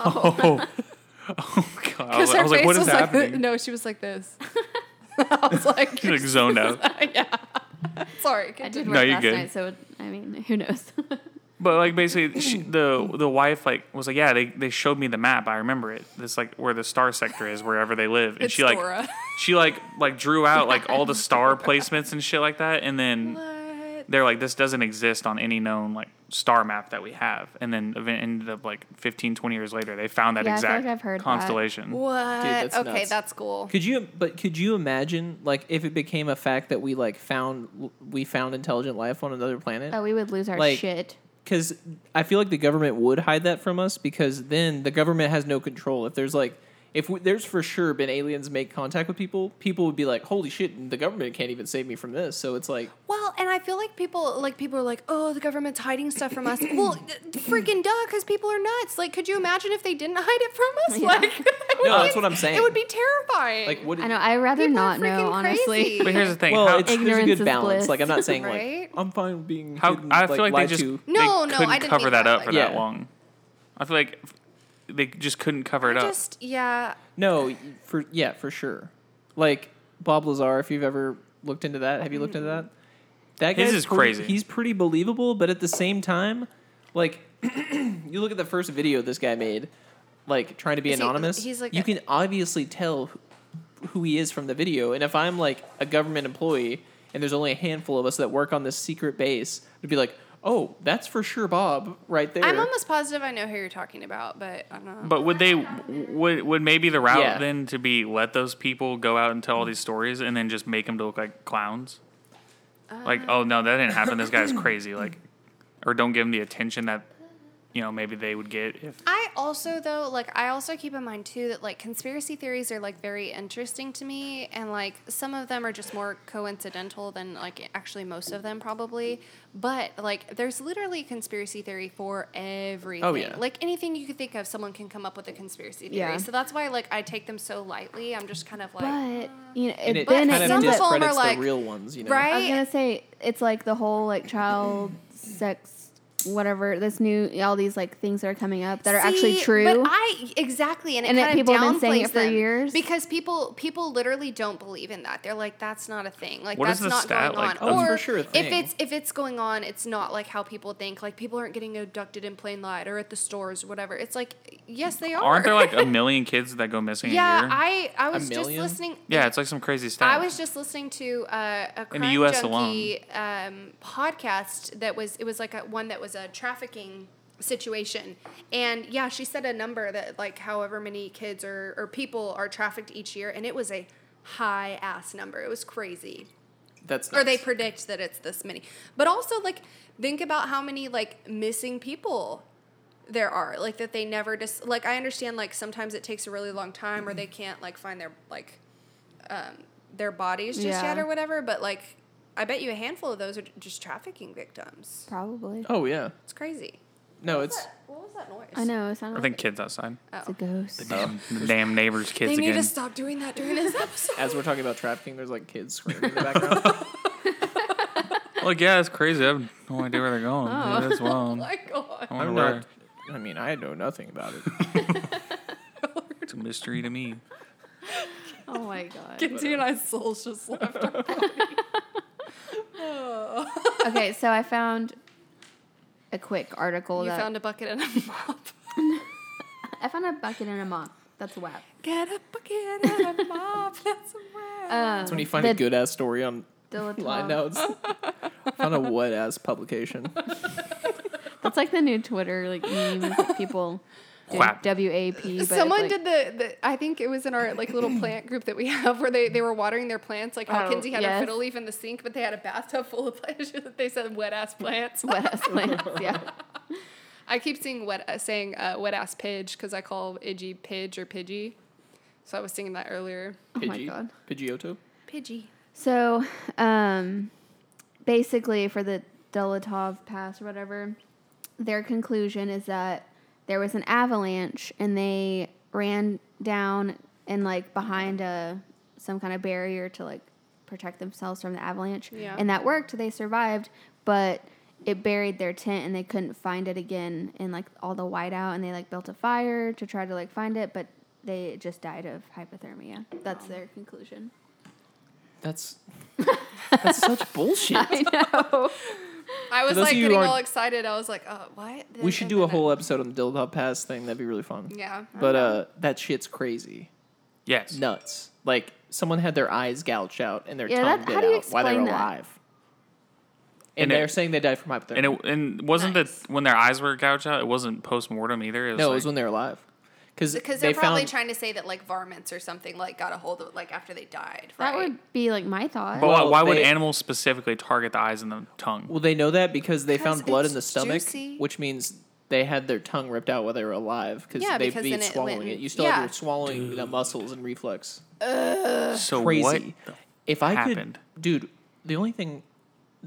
S3: Oh, oh god! I was,
S1: Because her
S3: I was like,
S1: face
S3: what is
S1: was like,
S3: happening?
S1: no, she was like this. I was like,
S3: She's like zoned out.
S1: yeah. Sorry.
S4: I did
S3: No,
S4: work
S3: you're
S4: last
S3: good.
S4: night, so it- I mean, who knows?
S3: But like basically, she, the the wife like was like, yeah, they, they showed me the map. I remember it. This like where the star sector is, wherever they live. And
S1: It's
S3: she like
S1: Dora.
S3: she like like drew out like all the star placements and shit like that. And then
S1: What?
S3: they're like this doesn't exist on any known like star map that we have and then ev- ended up like 15 20 years later they found that
S4: Yeah, I feel
S3: exact
S4: like I've heard that.
S3: constellation
S2: that's
S1: okay,
S2: nuts.
S1: that's cool.
S2: Could you? But could you imagine like if it became a fact that we like found we found intelligent life on another planet?
S4: oh, we would lose our
S2: Like-
S4: shit.
S2: because I feel like the government would hide that from us because then the government has no control. If there's like, if we, there's for sure been aliens make contact with people, people would be like, "Holy shit!" The government can't even save me from this. So it's like,
S1: Well, and I feel like people like people are like, oh, the government's hiding stuff from us. well, freaking duh, because people are nuts. Like, could you imagine if they didn't hide it from us?
S4: Yeah.
S1: Like, it
S2: No,
S1: would
S2: that's
S1: be-
S2: what I'm saying.
S1: It would be terrifying.
S2: like what?
S4: I know. I'd rather
S1: People are
S4: not know,
S1: freaking
S4: honestly.
S1: crazy.
S3: but here's the thing
S2: well,
S3: how,
S2: it's, there's a
S4: ignorance
S2: good
S4: is
S2: balance.
S4: bliss,
S2: Like I'm not saying
S1: right?
S2: like I'm fine with being.
S3: how
S2: hidden,
S3: i feel like,
S2: lied
S3: they just
S2: to.
S1: No, no,
S3: they
S1: I
S3: couldn't
S1: didn't
S3: cover
S1: think
S3: that
S1: that,
S3: up
S1: like-
S3: for that
S2: Yeah.
S3: long i feel like f- they just couldn't cover it
S1: I
S3: up
S1: just yeah.
S2: No, for yeah, for sure. Like Bob Lazar, if you've ever looked into that, have you looked into that? That
S3: His
S2: guy's
S3: is
S2: pretty-
S3: crazy.
S2: He's pretty believable, but at the same time, like you look at the first video this guy made, like trying to be
S1: Is he-
S2: anonymous.
S1: he's like
S2: you
S1: a-
S2: can obviously tell wh- who he is from the video. And if I'm like a government employee and there's only a handful of us that work on this secret base, it'd be like, oh, that's for sure Bob right there.
S1: I'm almost positive I know who you're talking about, but I'm not.
S3: but would they would would maybe the route
S2: Yeah.
S3: then to be let those people go out and tell all these stories and then just make them look like clowns like oh no that didn't happen this guy's crazy like or don't give him the attention that you know maybe they would get if
S1: I also though like I also keep in mind too that like conspiracy theories are like very interesting to me and like some of them are just more coincidental than like actually most of them probably but like there's literally a conspiracy theory for everything
S2: yeah.
S1: like anything you could think of someone can come up with a conspiracy theory
S4: Yeah.
S1: so that's why like I take them so lightly I'm just kind of like
S4: But you know,
S2: and
S4: it,
S2: it
S4: then
S2: kind
S4: it
S2: of
S1: some of
S4: ends
S1: them
S4: up.
S1: are
S2: discredits
S1: like-
S2: the real ones, you know.
S1: right
S4: I was gonna say it's like the whole like child sex, whatever. This new all these like things that are coming up that are actually
S1: See,
S4: true.
S1: But I exactly, and,
S4: And
S1: it
S4: that
S1: kind
S4: people
S1: of
S4: have been saying
S1: downplays
S4: it for
S1: them.
S4: years.
S1: because people people literally don't believe in that. They're like, that's not a thing. Like
S3: What is
S1: that's
S3: the
S1: not
S3: stat,
S1: going
S3: like,
S1: on.
S2: of-
S1: or
S2: That's for sure a thing.
S1: if it's if it's going on, it's not like how people think. Like people aren't getting abducted in plain light or at the stores, or whatever. It's like yes, they are.
S3: Aren't there like a million kids that go missing a
S1: yeah,
S3: year?
S1: I I was just
S2: million?
S1: listening.
S3: yeah, it's like some crazy stuff.
S1: I was just listening to uh, a crime
S3: In the US
S1: junkie um, podcast that was it was like a one that was a trafficking situation, and yeah, she said a number that like however many kids or or people are trafficked each year, and it was a high ass number. It was crazy
S2: That's
S1: or they
S2: nuts.
S1: predict that it's this many. But also, like, think about how many like missing people there are. Like that they never just like I understand like sometimes it takes a really long time or they can't like find their like um, their bodies just
S4: Yeah.
S1: yet or whatever. But like, I bet you a handful of those are just trafficking victims.
S4: Probably.
S2: Oh yeah.
S1: It's crazy.
S2: No, it's
S1: What was that noise?
S4: I know. It sounded
S3: I think kids outside.
S4: like it's a ghost.
S3: Damn, the damn neighbors' kids
S1: They need
S3: again.
S1: to stop doing that during this episode.
S2: as we're talking about trafficking, there's like kids screaming in the background.
S3: Like, yeah, it's crazy. I have no idea where they're going. Yeah, that's wild.
S1: Oh my god.
S3: I wonder
S2: I'm
S3: where-
S2: not. I mean, I know nothing about it.
S3: It's a mystery to me.
S4: Oh my god.
S1: Kinty and I's souls just left. our body. oh.
S4: okay, so I found a quick article
S1: You
S4: that
S1: found a bucket and a mop.
S4: I found a bucket and a mop. That's whack.
S1: Get a bucket and a mop. That's a wrap.
S4: Um,
S2: That's when you find a
S4: the
S2: good ass story on line
S4: Dilettante-
S2: notes. Found a wet ass publication.
S4: That's like the new Twitter like meme is like people doing
S3: Whap.
S4: W A P. but,
S1: Someone
S4: like-
S1: did the, the. I think it was in our like little plant group that we have where they, they were watering their plants. Like how
S4: Oh,
S1: Kinsey had her
S4: yes.
S1: fiddle leaf in the sink, but they had a bathtub full of plants. they said wet ass plants.
S4: wet ass plants. Yeah.
S1: I keep seeing wet uh, saying uh, wet ass pidge because I call Iggy pidge or pidgey. So I was singing that earlier.
S4: Oh my god.
S2: Pidgeotto?
S1: Pidgey.
S4: So, um, basically, for the Dolotov's Pass or whatever, their conclusion is that there was an avalanche and they ran down and like behind a some kind of barrier to like protect themselves from the avalanche.
S1: Yeah.
S4: And that worked. They survived, but it buried their tent and they couldn't find it again in like all the whiteout and they like built a fire to try to like find it, but they just died of hypothermia. That's their conclusion.
S2: That's that's such bullshit.
S4: I know.
S1: I was
S2: those
S1: like
S2: of you
S1: getting
S2: who
S1: all
S2: aren't-
S1: excited. I was like, oh, what?
S2: We should do a whole episode on the Dildo Pass thing. That'd be really fun.
S1: Yeah.
S2: But uh, that shit's crazy.
S3: Yes.
S2: Nuts. Like someone had their eyes gouged out and their
S4: Yeah,
S2: tongue
S4: that-
S2: bit
S4: how do you
S2: out while they were
S4: explain that?
S2: alive. And,
S3: And it-
S2: they're saying they died from hypothermia.
S3: And it and wasn't
S1: Nice.
S3: that when their eyes were gouged out? It wasn't post mortem either. It was
S2: no,
S3: like,
S2: it was when they were alive. Because
S1: Because
S2: they
S1: they're probably
S2: found
S1: trying to say that like varmints or something like got a hold of like after they died.
S4: That
S1: right?
S4: would be like my thought.
S3: But why-
S2: Well,
S3: why would
S2: they-
S3: animals specifically target the eyes and the tongue?
S2: Well, they know that because they
S1: Because
S2: found blood in
S1: it's
S2: the stomach,
S1: juicy.
S2: which means they had their tongue ripped out while they were alive because
S1: Yeah,
S2: they'd
S1: because
S2: be
S1: then it
S2: swallowing
S1: went-
S2: it, You still
S1: yeah.
S2: have your swallowing the muscles and reflex.
S3: so
S2: Crazy.
S3: what?
S2: if I
S3: happened?
S2: could, dude, the only thing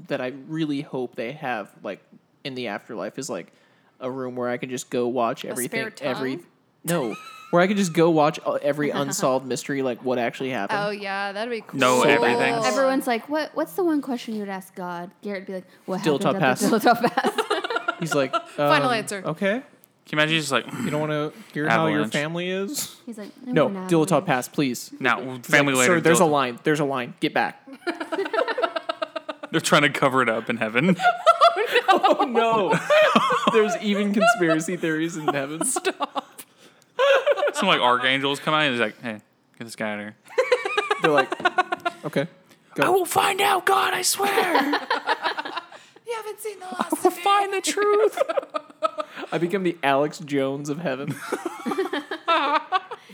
S2: that I really hope they have like in the afterlife is like a room where I can just go watch everything.
S1: spare
S2: Every
S1: tongue?
S2: no, where I could just go watch uh, every unsolved mystery, like what actually happened.
S1: Oh yeah, that'd be cool.
S3: Know
S2: So everything.
S1: Cool.
S4: Everyone's like, "What? What's the one question you would ask God?" Garrett'd be like, "What
S2: Still
S4: happened
S2: top
S4: at the Diltop Pass?"
S2: He's like,
S1: Oh. Final
S2: um,
S1: answer.
S2: Okay,
S3: Can you imagine just like
S2: you don't want to hear how your
S3: Avalanche.
S2: family is.
S4: He's like,
S2: No,
S4: "It was an
S2: Dilettante
S4: avalanche."
S2: pass, please.
S3: now family
S2: Like,
S3: later?
S2: Sir, there's a
S3: they'll-
S2: line. There's a line. Get back.
S3: They're trying to cover it up in heaven.
S2: Oh no. there's even conspiracy theories in heaven.
S3: Some like archangels come out and he's like, hey, get this guy out of here.
S2: They're like, okay.
S3: I will find out, God, I swear.
S1: You haven't seen the last.
S2: We'll find the truth. I become the Alex Jones of heaven.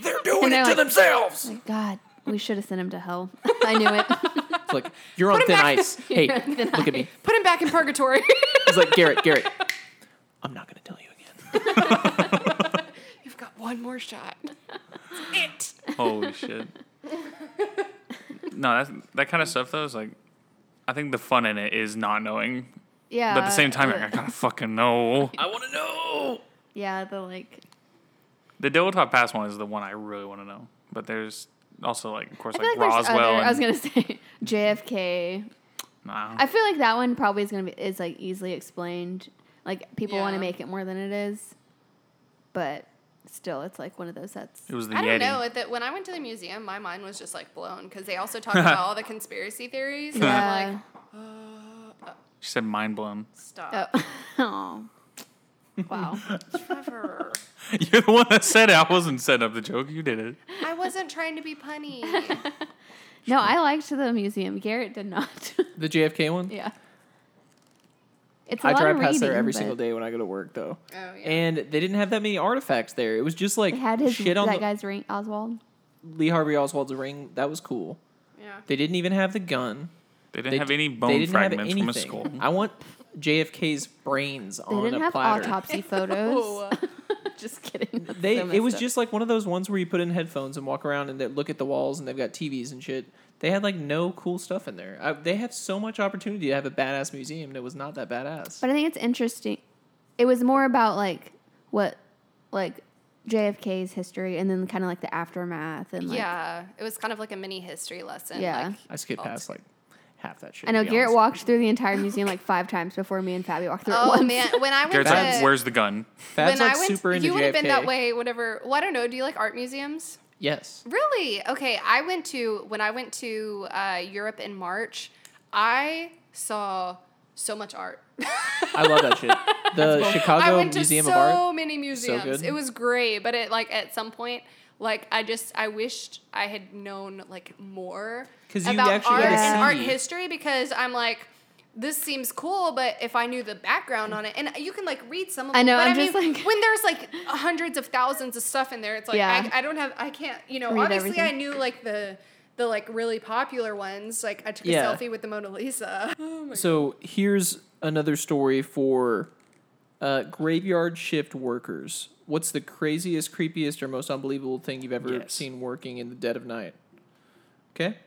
S5: They're doing
S4: And
S5: it
S4: they're
S5: to
S4: like-
S5: themselves.
S4: Like, God, we should have sent him to hell. I knew it.
S2: It's like, you're on thin ice. Hey, look at me.
S1: Put him back in purgatory.
S2: He's like, Garrett, Garrett, I'm not going to tell you again.
S1: You've got one more shot. It.
S3: Holy shit. No, that's, that kind of stuff, though, is like, I think the fun in it is not knowing.
S4: yeah.
S3: But at the same time, you're
S4: the-
S3: like, I gotta fucking know.
S5: I want to know.
S4: yeah, the like.
S3: The Dillatop Pass one is the one I really want to know. But there's also, like, of course,
S4: I feel
S3: like,
S4: like there's
S3: Roswell.
S4: other.
S3: and,
S4: I was gonna say JFK.
S3: nah.
S4: I feel like that one probably is gonna be is like easily explained. Like people want
S1: Yeah.
S4: to make it more than it is, but still, it's like one of those that's.
S3: it was the
S1: I
S3: Yeti.
S1: don't know. That when I went to the museum, my mind was just like blown because they also talked about all the conspiracy theories. And I'm
S4: Yeah.
S1: like,
S3: She said mind blown.
S1: stop,
S4: oh. Wow.
S1: Oh. Trevor.
S3: You're the one that said it. I wasn't setting up the joke. You did it.
S1: I wasn't trying to be punny.
S4: No, I liked the museum. Garrett did not.
S2: The JFK one?
S4: yeah. It's a
S2: I
S4: lot
S2: drive
S4: of
S2: past there
S4: reading,
S2: every
S4: but
S2: single day when I go to work, though.
S1: Oh, yeah.
S2: And they didn't have that many artifacts there. It was just like
S4: They had his
S2: shit on
S4: that
S2: the,
S4: guy's ring, Oswald.
S2: Lee Harvey Oswald's ring. That was cool.
S1: yeah.
S2: They didn't even have the gun.
S3: They didn't
S2: They
S3: have
S2: d-
S3: any bone
S2: they didn't have
S3: fragments from a
S2: anything.
S3: skull.
S2: I want JFK's brains
S4: They
S2: on
S4: didn't
S2: a
S4: have
S2: platter.
S4: autopsy photos. just kidding. That's
S2: They
S4: so
S2: it was
S4: messed up.
S2: just like one of those ones where you put in headphones and walk around and they look at the walls and they've got TVs and shit. They had like no cool stuff in there. I, they have so much opportunity to have a badass museum and it was not that badass.
S4: But I think it's interesting. It was more about like what, like JFK's history, and then kind of like the aftermath and like
S1: yeah. It was kind of like a mini history lesson.
S4: Yeah.
S1: Like,
S2: I skipped past like half that shit.
S4: I
S2: to
S4: know
S2: be
S4: Garrett
S2: honest.
S4: walked through the museum like five times before me and Fabi walked through it
S1: Oh
S4: once.
S1: man, when I went
S3: Garrett's
S1: to
S3: like, where's the gun?
S2: Fab's
S1: when
S2: like
S1: I went,
S2: super into
S1: you would have been that
S2: JFK.
S1: way. Whatever. Well, I don't know. Do you like art museums?
S2: Yes.
S1: Really? Okay. I went to when I went to uh, Europe in March. I saw so much art.
S2: I love that shit. The
S1: I
S2: Chicago
S1: went to
S2: Museum
S1: so
S2: of Art.
S1: many museums.
S2: good.
S1: it was great, but it like at some point, like I just I wished I had known like more
S2: 'Cause you
S1: about
S2: actually
S1: art
S4: gotta
S1: and art
S2: see.
S1: history because I'm like. This seems cool, but if I knew the background on it, and you can like read some of
S4: I
S1: them,
S4: know,
S1: but
S4: I'm just
S1: mean,
S4: like-
S1: when there's like hundreds of thousands of stuff in there, it's like
S4: Yeah.
S1: I, I don't have, I can't, you know.
S4: Read
S1: obviously,
S4: everything.
S1: I knew like the the like really popular ones. Like I took a
S2: Yeah.
S1: selfie with the Mona Lisa.
S2: So here's another story for uh, graveyard shift workers. What's the craziest, creepiest, or most unbelievable thing you've ever
S3: Yes.
S2: seen working in the dead of night? Okay.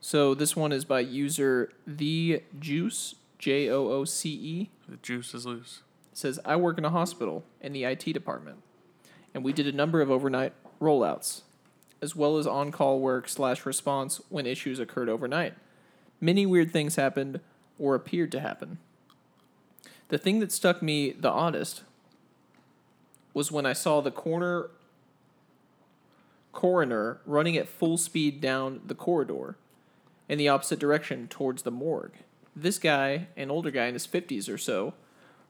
S2: So this one is by user the juice J O O C E
S3: The juice is loose.
S2: says I work in a hospital in the IT department, and we did a number of overnight rollouts, as well as on-call work slash response when issues occurred overnight. Many weird things happened or appeared to happen. The thing that stuck me the oddest was when I saw the corner coroner running at full speed down the corridor in the opposite direction towards the morgue. This guy, an older guy in his 50s or so,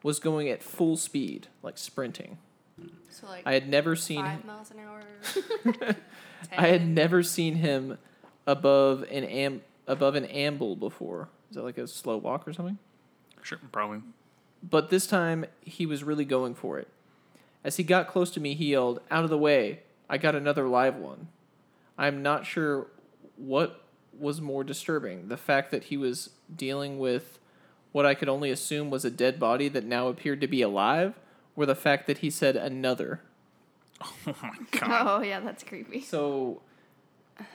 S2: was going at full speed, like sprinting.
S1: So like
S2: I had never seen
S1: five miles an hour.
S2: I had never seen him above an am above an amble before. Is that like a slow walk or something?
S3: Sure, probably.
S2: But this time he was really going for it. As he got close to me, he yelled, "Out of the way! I got another live one." I'm not sure what was more disturbing, the fact that he was dealing with what I could only assume was a dead body that now appeared to be alive, or the fact that he said another.
S3: Oh my god.
S4: Oh yeah, that's creepy.
S2: So,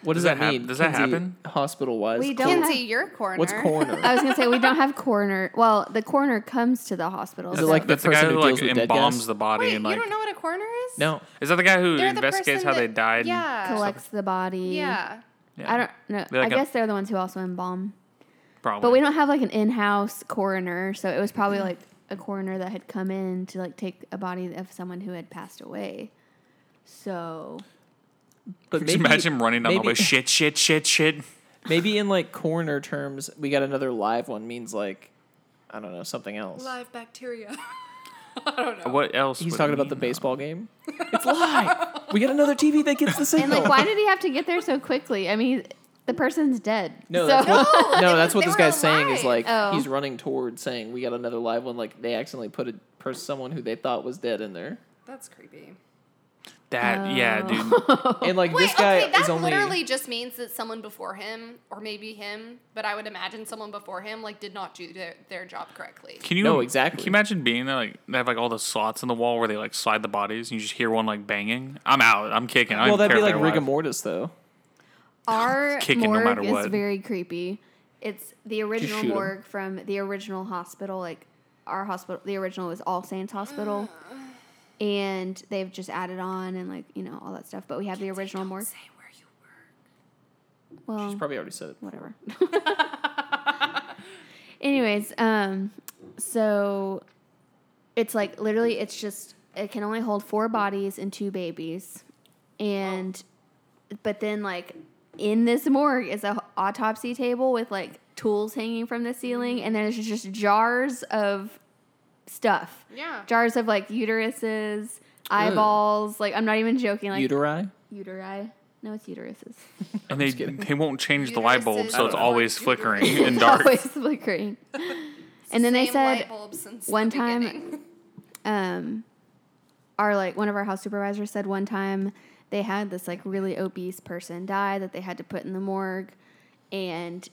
S2: what does,
S3: Does
S2: that,
S3: that hap-
S2: mean?
S3: does that happen?
S2: Hospital wise,
S4: We don't
S1: Kinsey,
S4: have,
S1: you're corner.
S2: what's
S4: I
S2: coroner?
S4: was gonna say we don't have coroner. Well, the coroner comes to the hospital.
S2: Is it
S4: so-
S2: like the
S3: That's the guy
S2: person
S3: who
S2: who
S3: like
S2: deals with dead
S3: embalms
S2: guys?
S3: the body
S1: Wait,
S3: and like.
S1: you don't know what a coroner is?
S2: no,
S3: Is that the guy who
S1: They're the
S3: investigates
S1: person
S3: how
S1: that-
S3: they died?
S1: Yeah.
S4: collects the body?
S1: Yeah.
S3: Yeah,
S4: I don't know.
S3: They're like
S4: I
S3: a-
S4: guess they're the ones who also embalm.
S3: Probably.
S4: But we don't have like an in-house coroner, so it was probably like a coroner that had come in to like take a body of someone who had passed away. So
S2: but
S3: Could you
S2: maybe,
S3: imagine him running down the
S2: maybe-
S3: hallway? Shit, shit, shit, shit.
S2: Maybe in like coroner terms, we got another live one means like, I don't know, something else.
S1: Live bacteria. I don't know.
S3: What else?
S2: He's
S3: would
S2: talking
S3: it
S2: about the
S3: mean,
S2: baseball game. It's live. we got another TV that gets the
S4: and
S2: signal.
S4: like, why did he have to get there so quickly? I mean, the person's dead.
S2: No,
S4: so,
S2: that's what,
S1: they
S2: no, that's
S1: were-
S2: what
S1: they
S2: this
S1: were
S2: guy's saying is
S1: alive.
S2: like
S4: Oh.
S2: he's running toward saying we got another live one. Like they accidentally put a person, someone who they thought was dead in there,
S1: That's creepy.
S3: though? That yeah, dude.
S4: Oh.
S2: and like
S1: Wait,
S2: this guy
S1: okay, that
S2: is only
S1: literally just means that someone before him, or maybe him, but I would imagine someone before him, like, did not do their, their job correctly.
S3: Can you?
S2: No, exactly.
S3: Can you imagine being there? Like they have like all the slots in the wall where they like slide the bodies, and you just hear one like banging. I'm out. I'm kicking. I
S2: well.
S3: don't
S2: That'd be
S3: care
S2: like
S3: if they're
S2: rigor
S3: alive.
S2: mortis though.
S4: our
S3: Kicking no
S4: morgue
S3: matter
S4: is
S3: what.
S4: very creepy. It's the original
S2: shoot 'em.
S4: morgue from the original hospital. Like our hospital, the original was All Saints Hospital, and they've just added on and like you know all that stuff. But we have the original morgue.
S1: Say where you were.
S4: Well,
S2: She's probably already said it.
S4: whatever. Anyways, um, so it's like literally, it's just it can only hold four bodies and two babies, and but then like in this morgue is a autopsy table with like tools hanging from the ceiling, and there's just jars of stuff,
S1: Yeah.
S4: jars of like uteruses, eyeballs. Like I'm not even joking. Like
S2: Uteri.
S4: uteri. No, it's uteruses.
S3: And they they won't change the light bulb,
S1: Uteruses
S3: so it's
S1: are
S3: always
S1: uterus.
S3: flickering and dark.
S4: Always flickering. and then they
S1: Same
S4: said
S1: light bulb since the
S4: one time-
S1: beginning.
S4: um our like one of our house supervisors said one time they had this like really obese person die that they had to put in the morgue and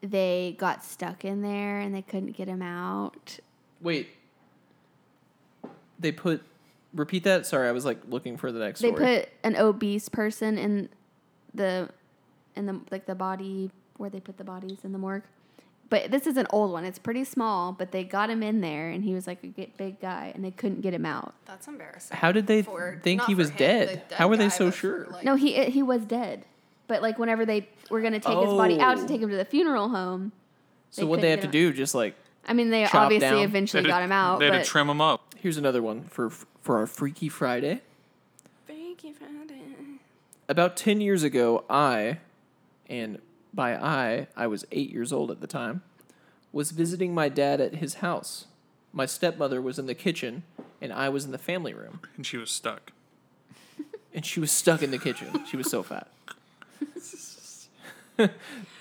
S4: they got stuck in there and they couldn't get him out.
S2: Wait. They put. Repeat that. Sorry, I was like looking for the next
S4: They
S2: story.
S4: put an obese person in the in the like the body where they put the bodies in the morgue. But this is an old one. It's pretty small, but they got him in there and he was like a g- big guy and they couldn't get him out.
S1: That's embarrassing.
S2: How did they
S1: For-
S2: think
S1: not
S2: he
S1: for
S2: was
S1: him,
S2: dead?
S1: the
S2: How were they
S1: guy,
S2: so
S1: but for,
S2: sure?
S1: like-
S4: No, he he was dead. But like whenever they were gonna take his body out to
S2: Oh.
S4: take him to the funeral home,
S2: So what they have
S4: couldn't
S2: to
S4: get him-
S2: do, just like
S4: I mean, they
S2: chop
S4: obviously
S2: down?
S4: eventually
S3: They had
S4: got
S3: to-
S4: him out.
S3: They had
S4: But
S3: to trim him up.
S2: here's another one for for our Freaky Friday.
S1: Freaky Friday.
S2: About ten years ago, I, and by I, I was eight years old at the time, was visiting my dad at his house. My stepmother was in the kitchen, and I was in the family room.
S3: And she was stuck.
S2: and she was stuck in the kitchen. She was so fat.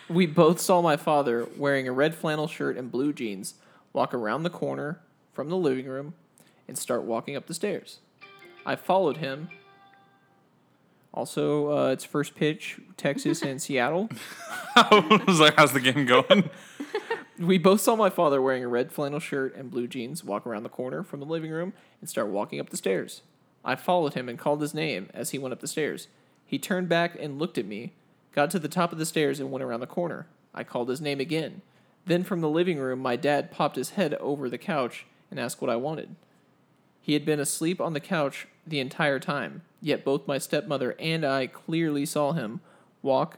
S2: we both saw my father wearing a red flannel shirt and blue jeans walk around the corner from the living room and start walking up the stairs. I followed him. Also, uh, it's first pitch, Texas and Seattle.
S3: I was like, how's the game going?
S2: We both saw my father wearing a red flannel shirt and blue jeans walk around the corner from the living room and start walking up the stairs. I followed him and called his name as he went up the stairs. He turned back and looked at me, got to the top of the stairs, and went around the corner. I called his name again. Then from the living room, my dad popped his head over the couch and asked what I wanted. He had been asleep on the couch the entire time, yet both my stepmother and I clearly saw him walk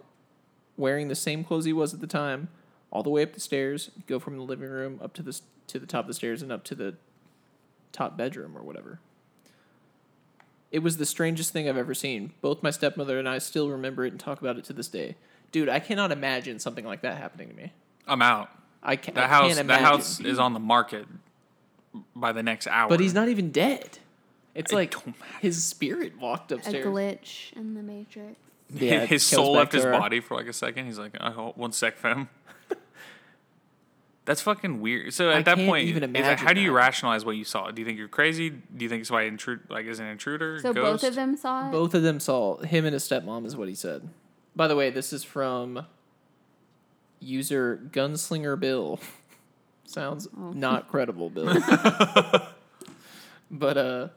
S2: wearing the same clothes he was at the time, all the way up the stairs, go from the living room up to the s- to the top of the stairs and up to the top bedroom or whatever. It was the strangest thing I've ever seen. Both my stepmother and I still remember it and talk about it to this day. Dude, I cannot imagine something like that happening to me.
S3: I'm out.
S2: I, ca-
S3: That
S2: I
S3: house
S2: can't
S3: that
S2: imagine.
S3: house is on the market by the next hour.
S2: but he's not even dead. It's
S3: It
S2: like
S3: don't matter.
S2: his spirit walked
S4: a
S2: upstairs.
S4: glitch in the Matrix.
S2: Yeah, it
S3: his
S2: goes
S3: soul
S2: back
S3: left
S2: to
S3: his
S2: our-
S3: body for like a second. He's like, oh, one sec, fam. That's fucking weird. So at
S2: I
S3: that
S2: can't
S3: point,
S2: even
S3: it's like,
S2: imagine
S3: how do you
S2: that.
S3: rationalize what you saw? Do you think you're crazy? Do you think somebody intrude like is an intruder?
S4: So
S3: ghost?
S4: both of them saw it.
S2: Both of them saw him and his stepmom, is what he said. By the way, this is from user Gunslinger Bill. Sounds not credible, Bill. but uh,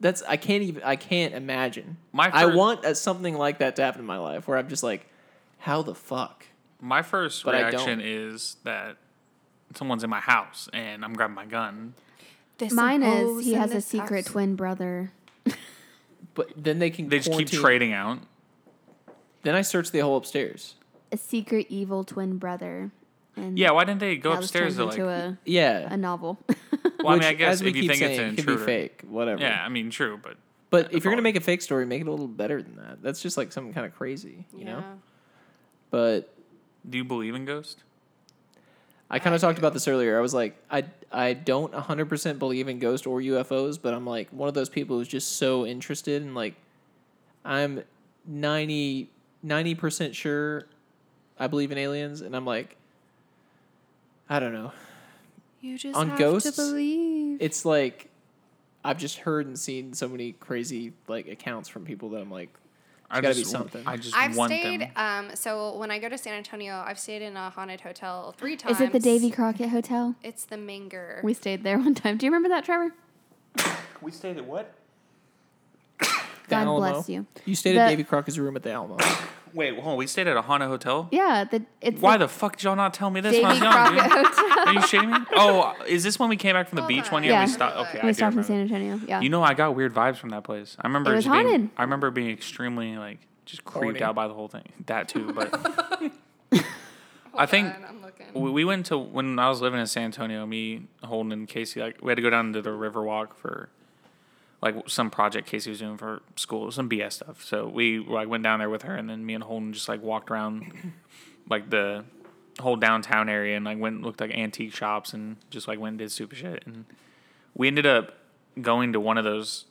S2: that's I can't even I can't imagine.
S3: My
S2: I
S3: first-
S2: want uh, something like that to happen in my life where I'm just like, how the fuck?
S3: My first
S2: But I don't.
S3: reaction is that someone's in my house and I'm grabbing my gun.
S1: There's some
S4: Mine
S1: hoes
S4: is he
S1: in
S4: has a
S1: this
S4: secret
S1: house.
S4: twin brother.
S2: But then they can
S3: They just keep
S2: quarantine-
S3: trading out.
S2: Then I search the whole upstairs.
S4: A secret evil twin brother. And
S3: Yeah, why didn't they go
S4: that was
S3: upstairs to
S4: turned
S3: like?
S4: into a,
S2: Yeah,
S4: a novel.
S3: well, I
S2: which,
S3: mean, I guess
S2: as we
S3: if you
S2: keep
S3: think it's an
S2: saying, can be
S3: intruder,
S2: fake, whatever.
S3: yeah, I mean, true, but
S2: But if you're gonna
S3: Probably.
S2: make a fake story, make it a little better than that. That's just like something kind of crazy, you know. But
S3: do you believe in ghosts?
S2: I kind of talked about this earlier. I was like, I I don't 100% believe in ghosts or UFOs, but I'm like one of those people who's just so interested in like I'm 90 90% sure I believe in aliens, and I'm like, I don't know.
S1: You just
S2: On
S1: have
S2: ghosts?
S1: to believe.
S2: It's like I've just heard and seen so many crazy like accounts from people that I'm like,
S3: I
S2: gotta
S3: just,
S2: be something.
S3: I just
S1: I've
S3: want
S1: stayed.
S3: them.
S1: Um, so when I go to San Antonio, I've stayed in a haunted hotel three times.
S4: is it the Davy Crockett Hotel?
S1: It's the Minger.
S4: We stayed there one time. Do you remember that, Trevor?
S3: We stayed at what?
S2: the
S4: God
S2: Alamo.
S4: bless you.
S2: You stayed at
S4: The-
S2: Davy Crocker's room at the Alamo.
S3: Wait, hold on. We stayed at a haunted hotel.
S4: Yeah, the it's
S3: Why
S4: the,
S3: the fuck did y'all not tell me this when I was
S4: Davy
S3: young, dude?
S4: Crockett Hotel.
S3: Are you shitting me? Oh, is this when we came back from the
S1: Hold
S3: beach
S1: on.
S3: one year?
S4: Yeah.
S3: We stopped. Okay, I
S4: we
S3: do
S4: stopped in
S3: remember.
S4: San Antonio. Yeah,
S3: You know, I got weird vibes from that place. I remember
S4: It was
S3: just being,
S4: haunted.
S3: I remember being extremely like just creeped
S2: Horny.
S3: out by the whole thing. That too, but I think
S1: God, I'm looking.
S3: we we went to when I was living in San Antonio. Me, Holden, and Casey like we had to go down to the Riverwalk for like some project Casey was doing for school, some BS stuff. So we like went down there with her, and then me and Holden just like walked around like the whole downtown area and like went and looked like antique shops and just like went and did stupid shit. And we ended up going to one of those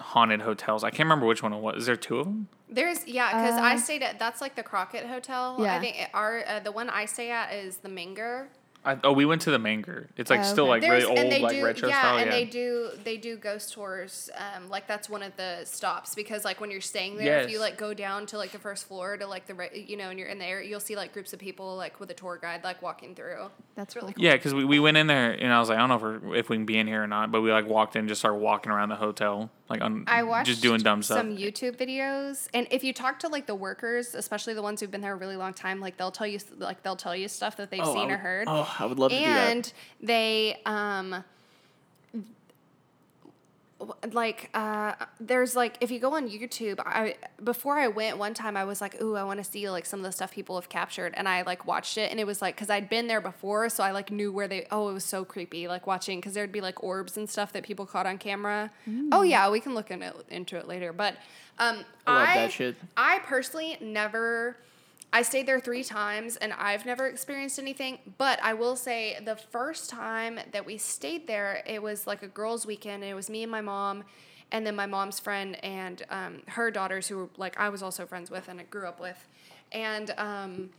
S3: haunted hotels. I can't remember which one it was. Is there two of them?
S1: There's yeah, because I
S4: Uh,
S1: stayed at that's like the Crockett Hotel. I
S4: Yeah.
S1: think it, our uh, the one I stay at is the Minger.
S3: I, oh, we went to the Manger. It's like
S4: Oh,
S3: still
S4: okay.
S3: like
S1: There's
S3: really
S1: and they
S3: old, like
S1: do
S3: retro
S1: yeah,
S3: style.
S1: and
S3: yeah.
S1: they do they do ghost tours. Um, like that's one of the stops because like when you're staying there, if you
S3: Yes.
S1: like go down to like the first floor to like the re- you know, and you're in there, you'll see like groups of people like with a tour guide like walking through.
S4: that's really cool.
S3: Yeah, because we, we went in there and I was like, I don't know if, we're, if we can be in here or not, but we like walked in, just started walking around the hotel, like on
S1: I watched
S3: just doing dumb stuff.
S1: Some YouTube videos, and if you talk to like the workers, especially the ones who've been there a really long time, like they'll tell you like they'll tell you stuff that they've
S2: Oh, I
S1: seen or
S2: would-
S1: heard. um,
S2: Oh, I would love to do that.
S1: and they um like uh there's like if you go on youtube i before i went one time i was like ooh i want to see like some of the stuff people have captured and i like watched it and it was like because i'd been there before so i like knew where they oh it was so creepy like watching because there'd be like orbs and stuff that people caught on camera oh yeah we can look in it, into it later but um
S2: Mm. I love
S1: I,
S2: that shit.
S1: I personally never. I stayed there three times and I've never experienced anything. But I will say the first time that we stayed there, it was like a girls' weekend. And it was me and my mom, and then my mom's friend and um, her daughters, who were like I was also friends with and I grew up with, and. Um,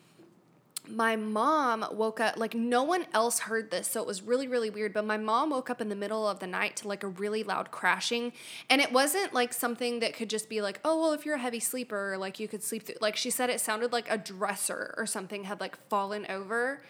S1: my mom woke up like no one else heard this so it was really really weird but my mom woke up in the middle of the night to like a really loud crashing and it wasn't like something that could just be like oh well if you're a heavy sleeper like you could sleep through like she said it sounded like a dresser or something had like fallen over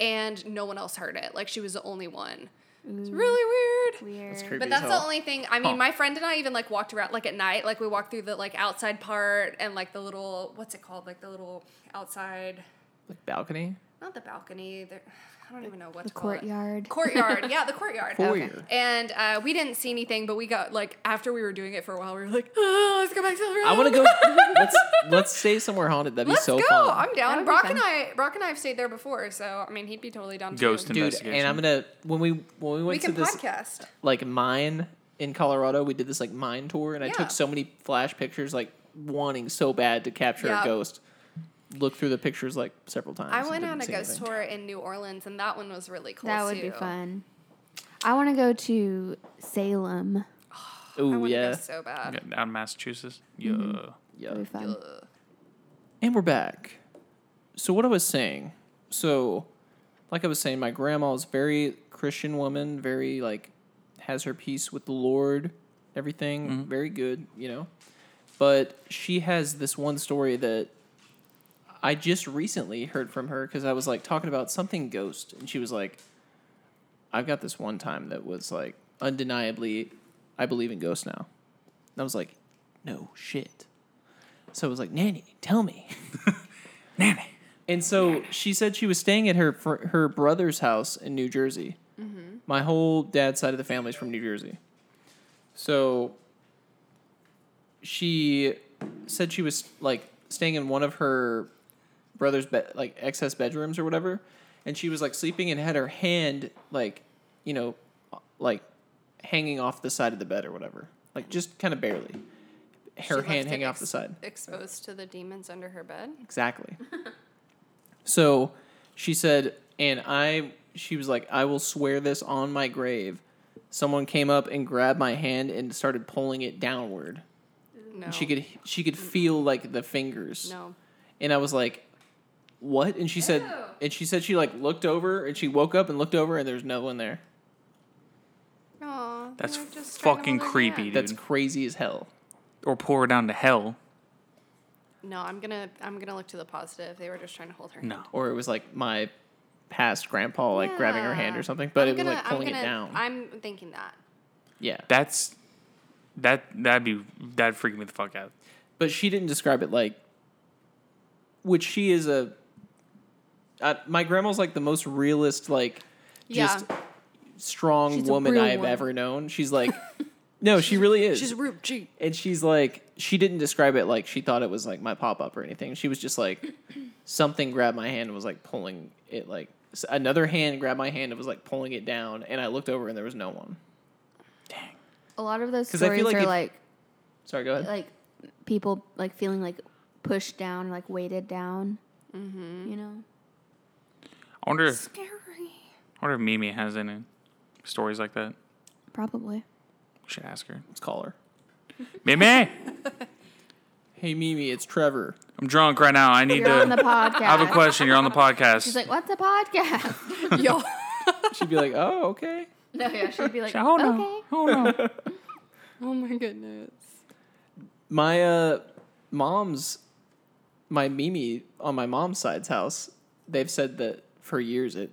S1: and no one else heard it like she was the only one it's really weird
S4: Weird.
S2: creepy.
S1: but
S2: Mm. as
S1: that's
S2: hell.
S1: the only thing. I mean, my friend and I even like walked around like at night, like we walked through the like outside part and like the little what's it called, like the little outside
S2: Like balcony,
S1: not the balcony. The, I don't even know what to
S4: courtyard.
S1: call it. Courtyard. Yeah, the courtyard.
S2: foyer.
S1: And uh, we didn't see anything, but we got like after we were doing it for a while, we were like, oh, let's go back to the room.
S2: I want to go. let's let's stay somewhere haunted. That'd be
S1: Let's
S2: so
S1: go.
S2: fun.
S1: I'm
S4: That would
S1: down.
S4: be
S1: Brock
S4: fun.
S1: and I, Brock and I have stayed there before, so I mean, he'd be totally down.
S3: Ghost
S1: too.
S2: Dude,
S3: investigation.
S2: and I'm gonna when we when we went
S1: we
S2: to
S1: can
S2: this
S1: podcast.
S2: like mine in Colorado, we did this like mine tour, and I
S1: Yeah.
S2: took so many flash pictures, like wanting so bad to capture
S1: Yeah.
S2: a ghost. Looked through the pictures like several times.
S1: I
S2: and
S1: went
S2: didn't
S1: on a
S2: see
S1: ghost
S2: anything.
S1: tour in New Orleans, and that one was really cool.
S4: That would be
S1: too.
S4: fun. I want to go to Salem.
S1: I
S2: Ooh
S1: want to
S2: yeah,
S1: go so bad.
S3: Get out of Massachusetts. Yeah.
S4: Mm-hmm.
S2: yeah.
S4: That'd be fun.
S2: And we're back. So what I was saying, so like I was saying, my grandma is very Christian woman, very like has her peace with the Lord, everything, very good, you know. But she has this one story that I just recently heard from her because I was like talking about something ghost, and she was like, I've got this one time that was like undeniably, I believe in ghosts now. And I was like, no shit. So I was like, Nanny, tell me.
S3: Nanny.
S2: And so she said she was staying at her fr- her brother's house in New Jersey.
S1: Mm-hmm.
S2: My whole dad's side of the family's from New Jersey. So she said she was like staying in one of her brother's be- like excess bedrooms or whatever, and she was like sleeping and had her hand like you know like hanging off the side of the bed or whatever, like just kind of barely. Her
S1: She left
S2: hand
S1: it
S2: hanging off
S1: ex-
S2: the side.
S1: Exposed to the demons under her bed.
S2: Exactly. so she said, and I, she was like, I will swear this on my grave. Someone came up and grabbed my hand and started pulling it downward.
S1: No.
S2: And she could, she could feel like the fingers.
S1: No.
S2: And I was like, what? And she said, and she said she like looked over and she woke up and looked over and there's no one there.
S1: Aw,
S3: That's
S1: they were just trying to
S3: fucking
S1: hold her
S3: creepy,
S1: hand.
S3: dude.
S2: That's crazy as hell.
S3: Or pour her down to hell.
S1: No, I'm gonna I'm gonna look to the positive. They were just trying to hold her.
S3: No.
S1: hand.
S2: Or it was like my past grandpa like grabbing her hand
S1: Yeah.
S2: or something, but
S1: I'm
S2: it was
S1: gonna-
S2: like pulling
S1: I'm gonna,
S2: it down.
S1: I'm thinking that.
S2: yeah.
S3: That's that that'd be that'd freak me the fuck out.
S2: but she didn't describe it like which she is a uh, my grandma's like the most realist like just
S1: yeah,
S2: strong
S4: She's a
S2: woman
S4: real
S2: i've
S4: one.
S2: ever known she's like no she really is
S1: she's a real G.
S2: and she's like she didn't describe it like she thought it was like my pop-up or anything she was just like something grabbed my hand and was like pulling it like s- another hand grabbed my hand and was like pulling it down and i looked over and there was no one
S4: A lot of those
S2: 'Cause I
S4: stories
S2: feel like
S4: are
S2: if-
S4: like
S2: sorry go ahead
S4: like people like feeling like pushed down, like weighted down. Mm-hmm. You know,
S3: I wonder if
S1: Scary.
S3: I wonder if Mimi has any stories like that.
S4: probably.
S3: We should ask her.
S2: let's call her
S3: Mimi,
S2: hey mimi it's trevor
S3: I'm drunk right now. I need
S4: You're on the
S3: to.
S4: podcast.
S3: I have a question. You're on the podcast.
S4: She's like, "What's a podcast?"
S1: Yo,
S2: she'd be like oh okay
S4: no, yeah, she'd be like,
S3: oh no,
S4: "Okay."
S3: oh no.
S1: oh my goodness.
S2: my uh, mom's my mimi on my mom's side's house they've said that for years it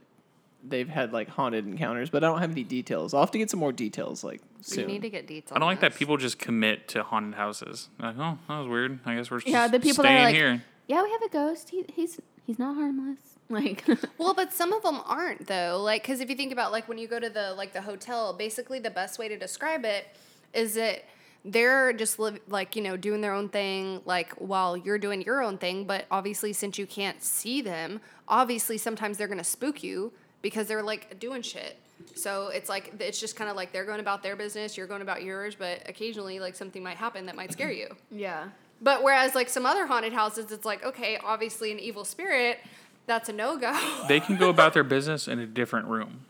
S2: they've had like haunted encounters but i don't have any details i'll have to get some more details like
S1: You
S2: soon
S1: need to get details.
S3: I don't like that people just commit to haunted houses. Like, oh, that was weird. I guess we're just
S4: Yeah, the people that are
S3: staying
S4: like-
S3: here.
S4: Yeah, we have a ghost. He, he's he's not harmless. Like,
S1: Well, but some of them aren't though. Like, because if you think about like when you go to the like the hotel, basically the best way to describe it is that they're just live, like you know doing their own thing like while you're doing your own thing but obviously since you can't see them obviously sometimes they're gonna spook you because they're like doing shit so it's like it's just kind of like they're going about their business you're going about yours but occasionally like something might happen that might scare you
S4: Yeah.
S1: but whereas like some other haunted houses, it's like okay, obviously an evil spirit, that's a no go.
S3: They can go about their business in a different room.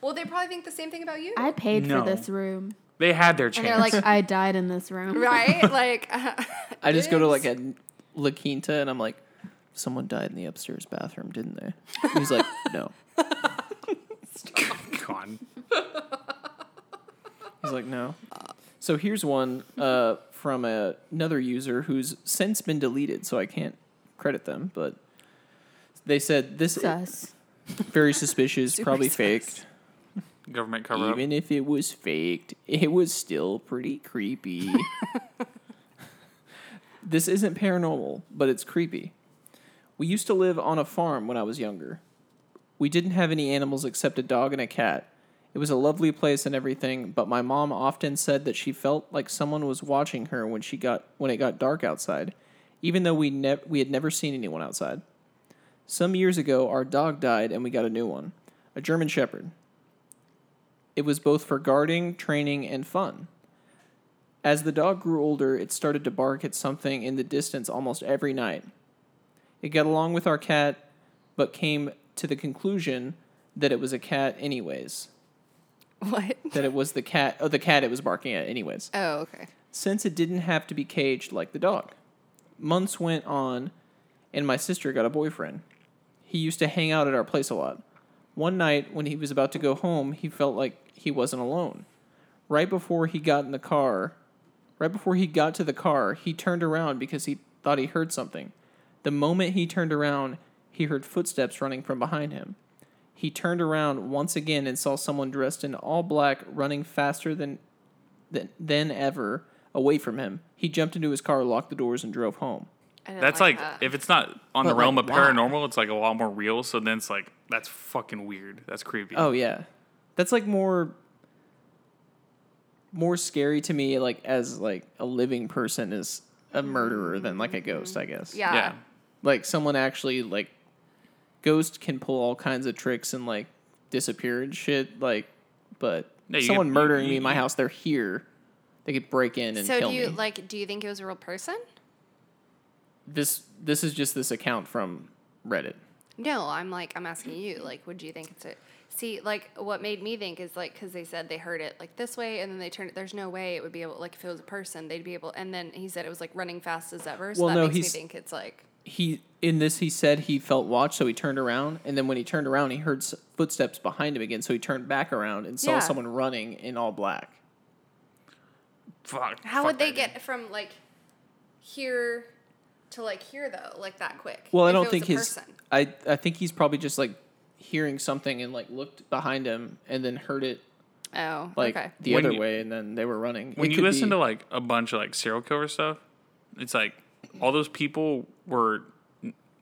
S1: well, they probably think the same thing about you,
S4: I paid
S3: No.
S4: for this room.
S3: They had their
S4: And
S3: chance.
S4: they're like, I died in this room.
S1: right? like, uh,
S2: I just go to like a La Quinta and I'm like, someone died in the upstairs bathroom, didn't they? And he's like, no.
S3: Con.
S2: He's like, no. So here's one uh, from a, another user who's since been deleted, so I can't credit them, but they said this
S4: It's us.
S2: very suspicious,
S1: Super
S2: probably
S1: sus.
S2: faked.
S3: Government cover
S2: Even if it was faked, it was still pretty creepy. this isn't paranormal, but it's creepy. We used to live on a farm when I was younger. We didn't have any animals except a dog and a cat. It was a lovely place and everything, but my mom often said that she felt like someone was watching her when she got when it got dark outside, even though we nev- we had never seen anyone outside. Some years ago, our dog died and we got a new one, a German shepherd. It was both for guarding, training, and fun. As the dog grew older, it started to bark at something in the distance almost every night. It got along with our cat, but came to the conclusion that it was a cat anyways.
S1: what?
S2: That it was the cat, oh, the cat it was barking at anyways
S1: Oh, okay.
S2: since it didn't have to be caged like the dog. Months went on, and my sister got a boyfriend. He used to hang out at our place a lot. One night, when he was about to go home, he felt like he wasn't alone. Right before he got in the car, right before he got to the car, he turned around because he thought he heard something. The moment he turned around, he heard footsteps running from behind him. He turned around once again and saw someone dressed in all black running faster than than, than ever away from him. He jumped into his car, locked the doors, and drove home.
S1: I didn't
S3: That's like,
S1: that.
S3: if it's not on the
S2: But,
S3: realm
S2: like,
S3: of
S2: why?
S3: paranormal, it's like a lot more real. So then it's like that's fucking weird. That's creepy.
S2: Oh yeah, that's like more more scary to me, like as like a living person is a murderer than like a ghost, I guess.
S1: yeah.
S3: yeah.
S2: like someone actually like ghost can pull all kinds of tricks and like disappear and shit. Like, but
S3: No, you
S2: someone
S3: can-
S2: murdering
S3: you-
S2: me in my
S3: you-
S2: house, they're here. They could break in and
S1: So
S2: kill
S1: do you
S2: me.
S1: like? Do you think it was a real person?
S2: this this is just this account from Reddit.
S1: No, I'm like I'm asking you. Like, would you think it's a? See, like what made me think is like because they said they heard it like this way, and then they turned it. There's no way it would be able like if it was a person, they'd be able. And then he said it was like running fast as ever. So
S2: Well,
S1: that
S2: no,
S1: makes
S2: he's-
S1: me think it's like
S2: he in this he said he felt watched so he turned around and then when he turned around he heard s- footsteps behind him again so he turned back around and saw
S1: Yeah.
S2: someone running in all black
S3: Fuck.
S1: How
S3: fuck
S1: would they
S3: that dude.
S1: get from like here to like here though, like that quick?
S2: well i
S1: If it
S2: don't
S1: was
S2: think
S1: a
S2: his
S1: person.
S2: I, I think he's probably just like hearing something and like looked behind him and then heard it
S1: Oh,
S2: like
S1: okay.
S2: the
S3: When
S2: other
S3: you-
S2: way and then they were running
S3: when
S2: It
S3: you
S2: could
S3: listen
S2: be-
S3: to like a bunch of like serial killer stuff, it's like all those people were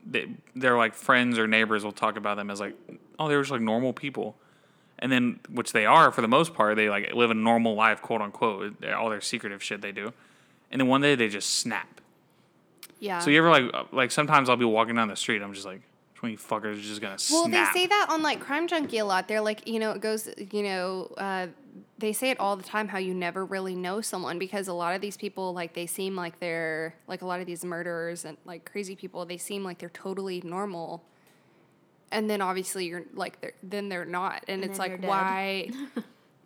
S3: they they're like friends or neighbors will talk about them as like oh they were just like normal people, and then which they are for the most part they like live a normal life quote unquote They're- all their secretive shit they do, and then one day they just snap.
S1: Yeah.
S3: So you ever like uh, like sometimes I'll be walking down the street I'm just like twenty fuckers just gonna
S1: well,
S3: snap.
S1: they say that on like Crime Junkie a lot. They're like, you know, it goes, you know, uh, they say it all the time how you never really know someone because a lot of these people, like, they seem like they're, like, a lot of these murderers and like crazy people, they seem like they're totally normal. And then obviously you're like, they're, then they're not. And, it's
S4: then you're
S1: like,
S4: dead.
S1: why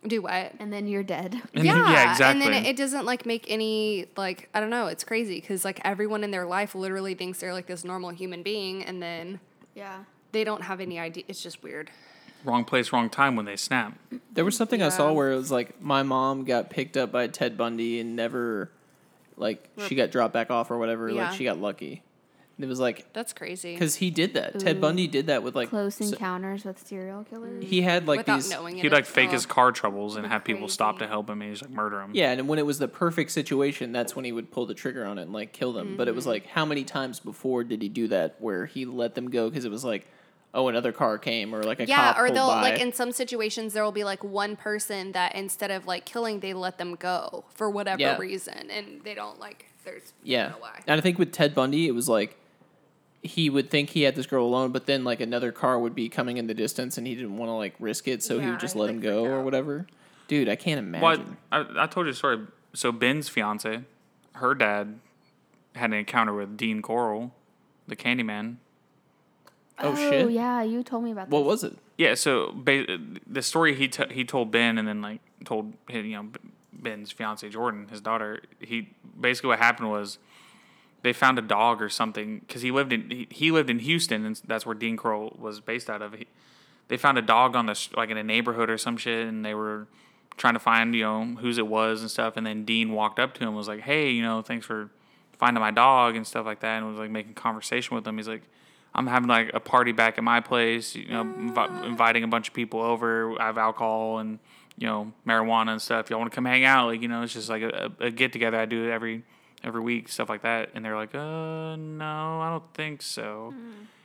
S1: do what?
S4: And then you're dead.
S3: And
S1: yeah,
S3: then- exactly.
S1: And then it, it doesn't like make any like I don't know. It's crazy because like everyone in their life literally thinks they're like this normal human being, and then
S4: Yeah.
S1: they don't have any idea. It's just weird.
S3: wrong place, wrong time when they snap.
S2: There was something I
S1: Yeah.
S2: saw where it was like my mom got picked up by Ted Bundy and never, like, she got dropped back off or whatever.
S1: Yeah.
S2: Like, she got lucky. And it was like,
S1: That's crazy.
S2: because he did that. Ted
S4: Ooh.
S2: Bundy did that with like
S4: Close
S2: s-
S4: encounters with serial killers.
S2: He had like
S1: without
S2: these.
S1: knowing it,
S3: He'd like
S1: it's-
S3: fake
S1: oh.
S3: his car troubles and have people stop
S1: crazy.
S3: to help him and he's like murder him.
S2: Yeah, and when it was the perfect situation, that's when he would pull the trigger on it and
S1: Mm-hmm.
S2: like kill them. But it was like, how many times before did he do that where he let them go? Because it was like, oh, another car came, or like a
S1: yeah,
S2: cop
S1: or
S2: pulled
S1: they'll
S2: by.
S1: like in some situations there will be like one person that instead of like killing, they let them go for whatever
S2: Yeah.
S1: reason, and they don't like there's
S2: yeah.
S1: no why.
S2: And I think with Ted Bundy, it was like he would think he had this girl alone, but then like another car would be coming in the distance, and he didn't want to like risk it, so he
S1: Yeah,
S2: would just
S1: he'd,
S2: let
S1: like,
S2: him
S1: freak
S2: go or
S1: out.
S2: whatever. Dude, I can't
S3: Well,
S2: imagine.
S3: I, I told you a story. So Ben's fiance, her dad had an encounter with Dean Coral, the Candyman.
S2: Oh, shit.
S4: yeah, you told me about
S2: What
S4: that.
S2: was it?
S3: Yeah. So ba- the story he t- he told Ben, and then like told his, you know Ben's fiance Jordan, his daughter. He basically what happened was they found a dog or something because he lived in he, he lived in Houston, and that's where Dean Kroll was based out of. He, they found a dog on the s- like in a neighborhood or some shit, and they were trying to find you know whose it was and stuff. And then Dean walked up to him and was like, "Hey, you know, thanks for finding my dog and stuff like that," and was like making conversation with him. He's like. I'm having like a party back at my place, you know, invi- inviting a bunch of people over. I have alcohol and you know marijuana and stuff. Y'all want to come hang out? Like you know, it's just like a, a get together. I do it every every week, stuff like that. And they're like, uh, no, I don't think so.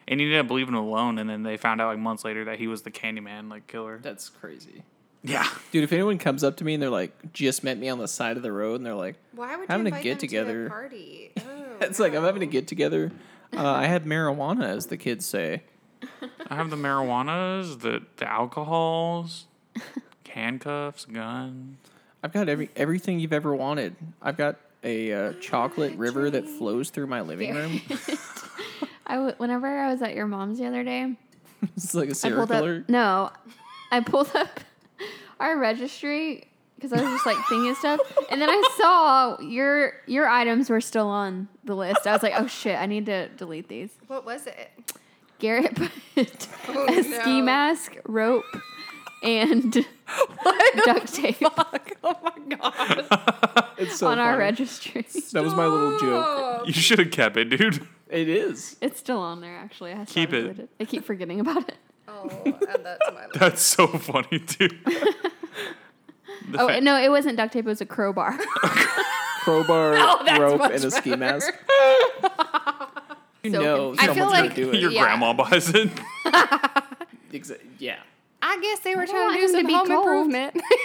S3: And he ended up leaving him alone. And then they found out like months later that he was the Candyman like killer.
S2: That's crazy.
S3: Yeah,
S2: Dude, if anyone comes up to me and they're like, just met me on the side of the road, and they're like,
S1: Why would
S2: Having a
S1: you invite them to
S2: get-together.
S1: a party? Oh,
S2: it's like, I'm having a get together. Uh, I had marijuana, as the kids say.
S3: I have the marijuanas, the the alcohols, handcuffs, gun.
S2: I've got every everything you've ever wanted. I've got a
S1: Oh,
S2: uh, chocolate river that flows through my living room.
S4: I w- whenever I was at your mom's the other day,
S2: it's like a
S4: I
S2: serial
S4: pulled
S2: killer.
S4: up. No, I pulled up our registry because I was just like thinking stuff, and then I saw your your items were still on the list. I was like, oh shit, I need to delete these.
S1: What was it?
S4: Garrett put
S1: Oh,
S4: a ski
S1: no.
S4: mask, rope, and duct tape
S1: Oh my god!
S2: It's so
S4: on our
S2: funny.
S4: registry.
S2: That was my little joke.
S1: Oh,
S3: You should have kept it, dude.
S2: It is.
S4: It's still on there, actually. I saw
S3: Keep it.
S4: deleted. I keep forgetting about it.
S1: Oh, add that to my list.
S3: That's so funny, dude. The
S4: Oh
S3: fa-
S4: no, it wasn't duct tape. It was a crowbar.
S2: Crowbar,
S1: No, that's
S2: rope,
S1: much
S2: and a ski
S1: better.
S2: mask. You
S4: So
S2: know,
S4: confused.
S1: I
S2: someone's
S1: feel
S2: gonna
S1: like-
S2: do
S3: Your
S2: it.
S1: Yeah.
S3: grandma buys it.
S2: Exa- yeah.
S1: I guess they were
S4: don't
S1: trying
S4: want
S1: to do
S4: him to
S1: some
S4: be
S1: home
S4: cold.
S1: improvement.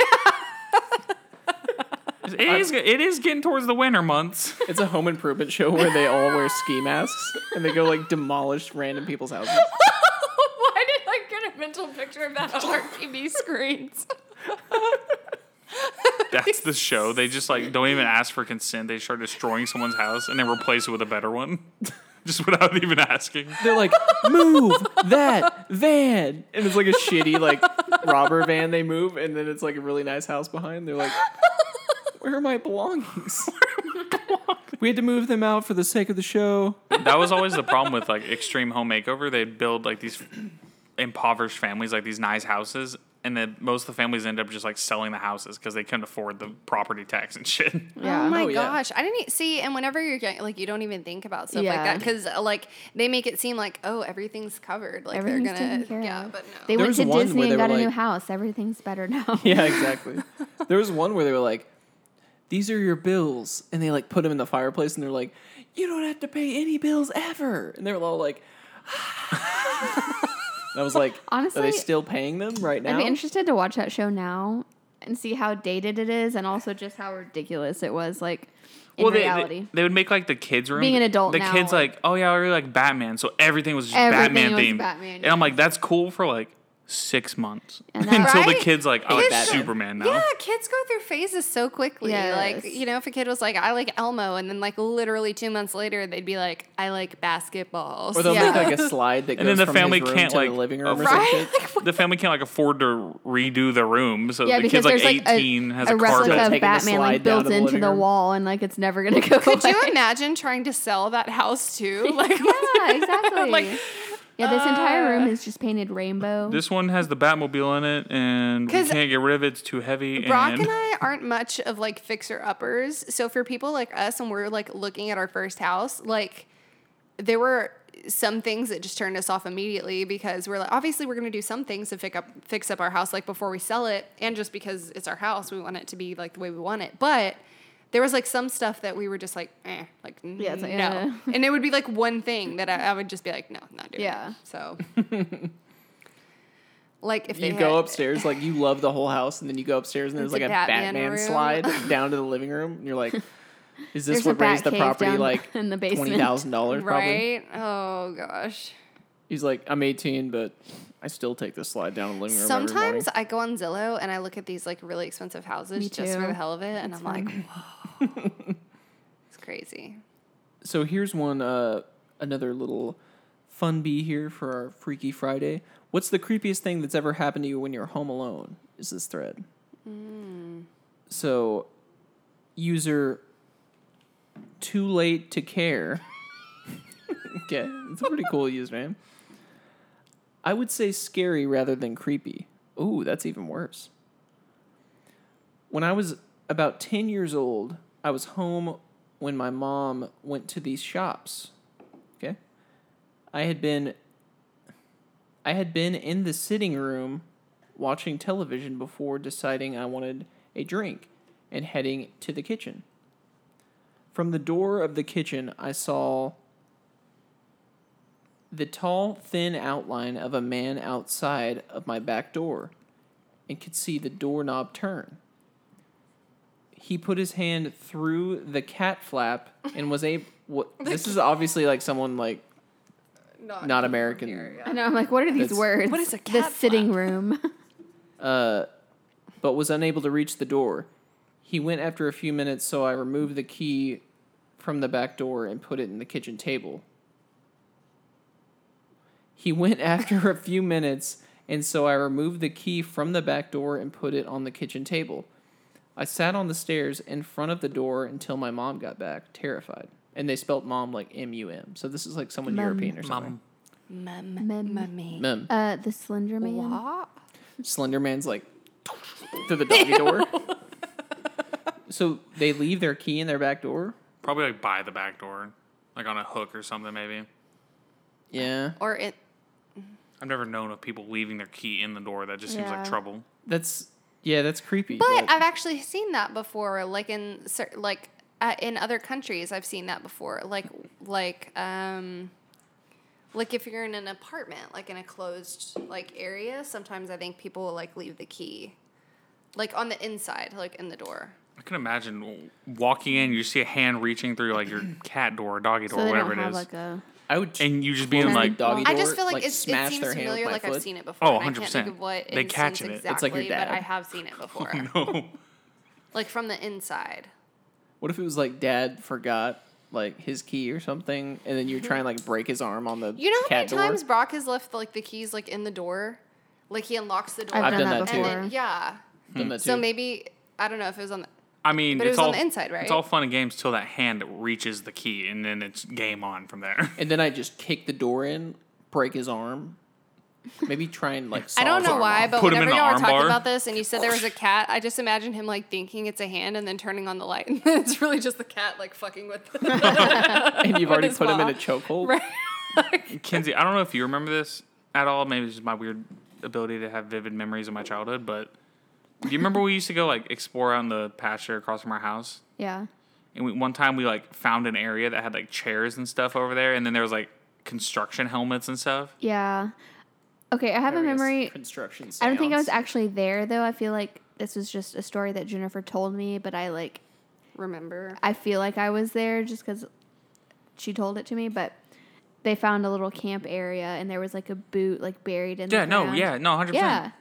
S3: It is. It is getting towards the winter months.
S2: It's a home improvement show where they all wear ski masks and they go like demolish random people's houses.
S1: Why did I get a mental picture of that on our TV screens?
S3: That's the show. They just like don't even ask for consent. They start destroying someone's house and then replace it with a better one, just without even asking.
S2: They're like, move that van. And it's like a shitty, like, robber van they move. And then it's like a really nice house behind. They're like, where are my belongings? we had to move them out for the sake of the show.
S3: That was always the problem with like extreme home makeover. They'd build like these impoverished families like these nice houses, and then most of the families end up just like selling the houses because they couldn't afford the property tax and shit.
S1: Oh my
S2: Oh, yeah.
S1: gosh, I didn't e- see. And whenever you're young, like, you don't even think about stuff like
S4: Yeah.
S1: that because like they make it seem like oh everything's covered, like
S4: Everything's
S1: they're gonna
S4: taken care
S1: yeah,
S4: of.
S1: but no.
S4: They
S2: There
S4: went
S2: was
S4: to
S2: one
S4: Disney
S2: where
S4: and
S2: they
S4: got
S2: were
S4: a new
S2: like-
S4: house. Everything's better now.
S2: Yeah, exactly. there was one where they were like, "These are your bills," and they like put them in the fireplace, and they're like, "You don't have to pay any bills ever," and they were all like. And I was like, are
S4: Honestly,
S2: they still paying them right now?
S4: I'd be interested to watch that show now and see how dated it is, and also just how ridiculous it was, like in
S3: they,
S4: reality.
S3: they, they would make like the kids room.
S4: Being an adult
S3: the
S4: now,
S3: kids
S4: like-
S3: like, oh yeah, I really like Batman, so everything was just
S4: Everything
S3: Batman
S4: was
S3: themed.
S4: Batman,
S3: and I'm like, that's cool for like six months
S4: And that-
S3: until
S1: Right?
S3: the kids like, I like
S1: Kids-
S3: Superman now.
S1: Yeah, kids go through phases so quickly. Like,
S4: Yes.
S1: you know, if a kid was like, I like Elmo, and then like literally two months later, they'd be like, I like basketballs.
S2: or they'll
S4: Yeah.
S2: make like a slide that goes
S3: And then the
S2: from
S3: family
S2: his room
S3: can't,
S2: to
S3: like,
S2: the living room or
S3: afford-
S2: something.
S3: The family can't like afford to redo the room, so
S4: yeah,
S3: the kid's
S4: because
S3: like
S4: there's like
S3: 18
S4: a,
S3: has
S4: a
S3: a carpet.
S4: replica
S2: Taking the
S4: of Batman
S2: slide down
S4: like built
S2: to the
S4: into
S2: living
S4: the
S2: room.
S4: wall, and like it's never gonna go.
S1: Could you
S4: away.
S1: imagine trying to sell that house too? Like,
S4: Yeah, exactly.
S1: Like,
S4: yeah, this entire room is just painted rainbow.
S3: "Ah." This one has the Batmobile in it, and we
S1: 'Cause
S3: can't get rid of it. It's too heavy.
S1: Brock
S3: and,
S1: and I aren't much of like fixer uppers. So for people like us and we're like looking at our first house, like there were some things that just turned us off immediately because we're like obviously we're going to do some things to fix up fix up our house like before we sell it and just because it's our house, we want it to be like the way we want it. But There was like some stuff that we were just like, eh, like
S4: Yeah, it's like,
S1: no,
S4: uh.
S1: and it would be like one thing that I, I would just be like, no, not doing.
S4: Yeah.
S1: it. So, like if they
S2: You go
S1: had-
S2: upstairs, like you love the whole house, and then you go upstairs and there's
S1: It's
S2: like
S1: a
S2: a
S1: Batman
S2: Batman,
S1: room.
S2: slide down to the living room, and you're like, "Is this
S4: There's a
S2: what raised
S4: bat
S2: the
S4: cave
S2: property
S4: down
S2: like
S4: in the basement.
S2: twenty thousand dollars?" Probably.
S1: right? Oh gosh.
S2: He's like, "I'm 18, but I still take this slide down to the living room." every morning."
S1: Sometimes I go on Zillow and I look at these like really expensive houses
S4: Me
S1: just for
S4: too.
S1: the hell of it, and
S4: That's
S1: I'm like,
S4: fun.
S1: whoa, it's crazy.
S2: So here's one, uh, another little fun bee here for our Freaky Friday. What's the creepiest thing that's ever happened to you when you're home alone? Is this thread? So, user too late to care. okay, it's a pretty cool username. I would say scary rather than creepy. Ooh, that's even worse. When I was about 10 years old, I was home when my mom went to these shops. Okay? I had been I had been in the sitting room watching television before deciding I wanted a drink and heading to the kitchen. From the door of the kitchen, I saw the tall, thin outline of a man outside of my back door and could see the doorknob turn. He put his hand through the cat flap and was able. What, this is obviously like someone like
S1: Uh,
S2: not American.
S4: I know. I'm like, what are these
S2: That's-
S4: words?
S1: What is a
S4: The
S1: cat
S4: sitting room.
S2: uh, but was unable to reach the door. He went after a few minutes, so I removed the key from the back door and put it in the kitchen table. He went after a few minutes, and so I removed the key from the back door and put it on the kitchen table. I sat on the stairs in front of the door until my mom got back, terrified. And they spelt mom like M U M. So this is like someone
S4: Mum.
S2: European or something.
S3: Mom.
S1: Mum,
S4: Mum.
S1: mummy.
S2: Mum.
S4: Uh, the Slender Man.
S1: What?
S2: Slender Man's like through the doggy door. So they leave their key in their back door.
S3: Probably like by the back door, like on a hook or something maybe.
S2: Yeah,
S1: Or it.
S3: I've never known of people leaving their key in the door. That just seems
S4: Yeah.
S3: like trouble.
S2: that's yeah, that's creepy.
S1: But I've actually seen that before, like in cer- like uh, in other countries, I've seen that before, like like um, like if you're in an apartment, like in a closed like area, sometimes I think people will like leave the key, like on the inside, like in the door.
S3: I can imagine w- walking in, you see a hand reaching through like your cat door, doggy door,
S4: So they don't
S3: whatever it
S4: have
S3: is,
S4: like a.
S2: I would
S3: and you just being
S4: Well,
S3: like,
S2: doggy
S1: I
S2: door,
S1: just feel like, it's, it
S2: smash
S1: seems
S2: their hand with
S1: familiar,
S2: my
S1: like I've
S2: foot.
S1: seen it before.
S3: Oh,
S1: and I can't think
S3: 100%.
S1: of what
S3: They
S1: instance
S3: catch it. It's
S1: Exactly,
S2: like your dad.
S1: But I have seen it before,
S3: no.
S1: like from the inside.
S2: What if it was like dad forgot like his key or something, and then you try and like break his arm on the
S1: Hmm. You know how many
S2: cat door?
S1: times Brock has left like the keys like in the door, like he unlocks the door.
S4: I've
S2: I've
S4: done,
S2: done
S4: that,
S2: that
S1: and
S4: before.
S1: then, yeah.
S2: Done that
S1: So
S2: too.
S1: maybe I don't know if it was on. The,
S3: I mean,
S1: But it
S3: it's
S1: was
S3: all
S1: on the inside, right?
S3: It's all fun and games till that hand reaches the key, and then it's game on from there.
S2: and then I just kick the door in, break his arm. Maybe try and like.
S1: I don't
S2: saw his
S1: know
S2: arm
S1: why,
S2: off.
S1: but
S3: Put him in
S1: whenever
S3: the
S1: y'all were
S3: arm
S1: talking
S3: bar.
S1: about this and you said there was a cat, I just imagined him like thinking it's a hand and then turning on the light, and it's really just the cat like fucking with.
S2: and you've already
S1: his
S2: put him in
S1: paw.
S2: a chokehold.
S1: right.
S3: Kinsey, I don't know if you remember this at all. Maybe it's just my weird ability to have vivid memories of my childhood, but do you remember we used to go like explore out in the pasture across from our house?
S4: Yeah.
S3: And we, one time we like found an area that had like chairs and stuff over there, and then there was like construction helmets and stuff.
S4: Yeah. Okay, I have a
S2: Various
S4: memory.
S2: Construction.
S4: I don't think I was
S2: seance.
S4: actually there though. I feel like this was just a story that Jennifer told me, but I like
S1: Remember?
S4: I feel like I was there just because she told it to me. But they found a little camp area and there was like a boot like buried in.
S3: Yeah,
S4: the
S3: no,
S4: ground.
S3: yeah, no, hundred
S4: yeah.
S3: percent.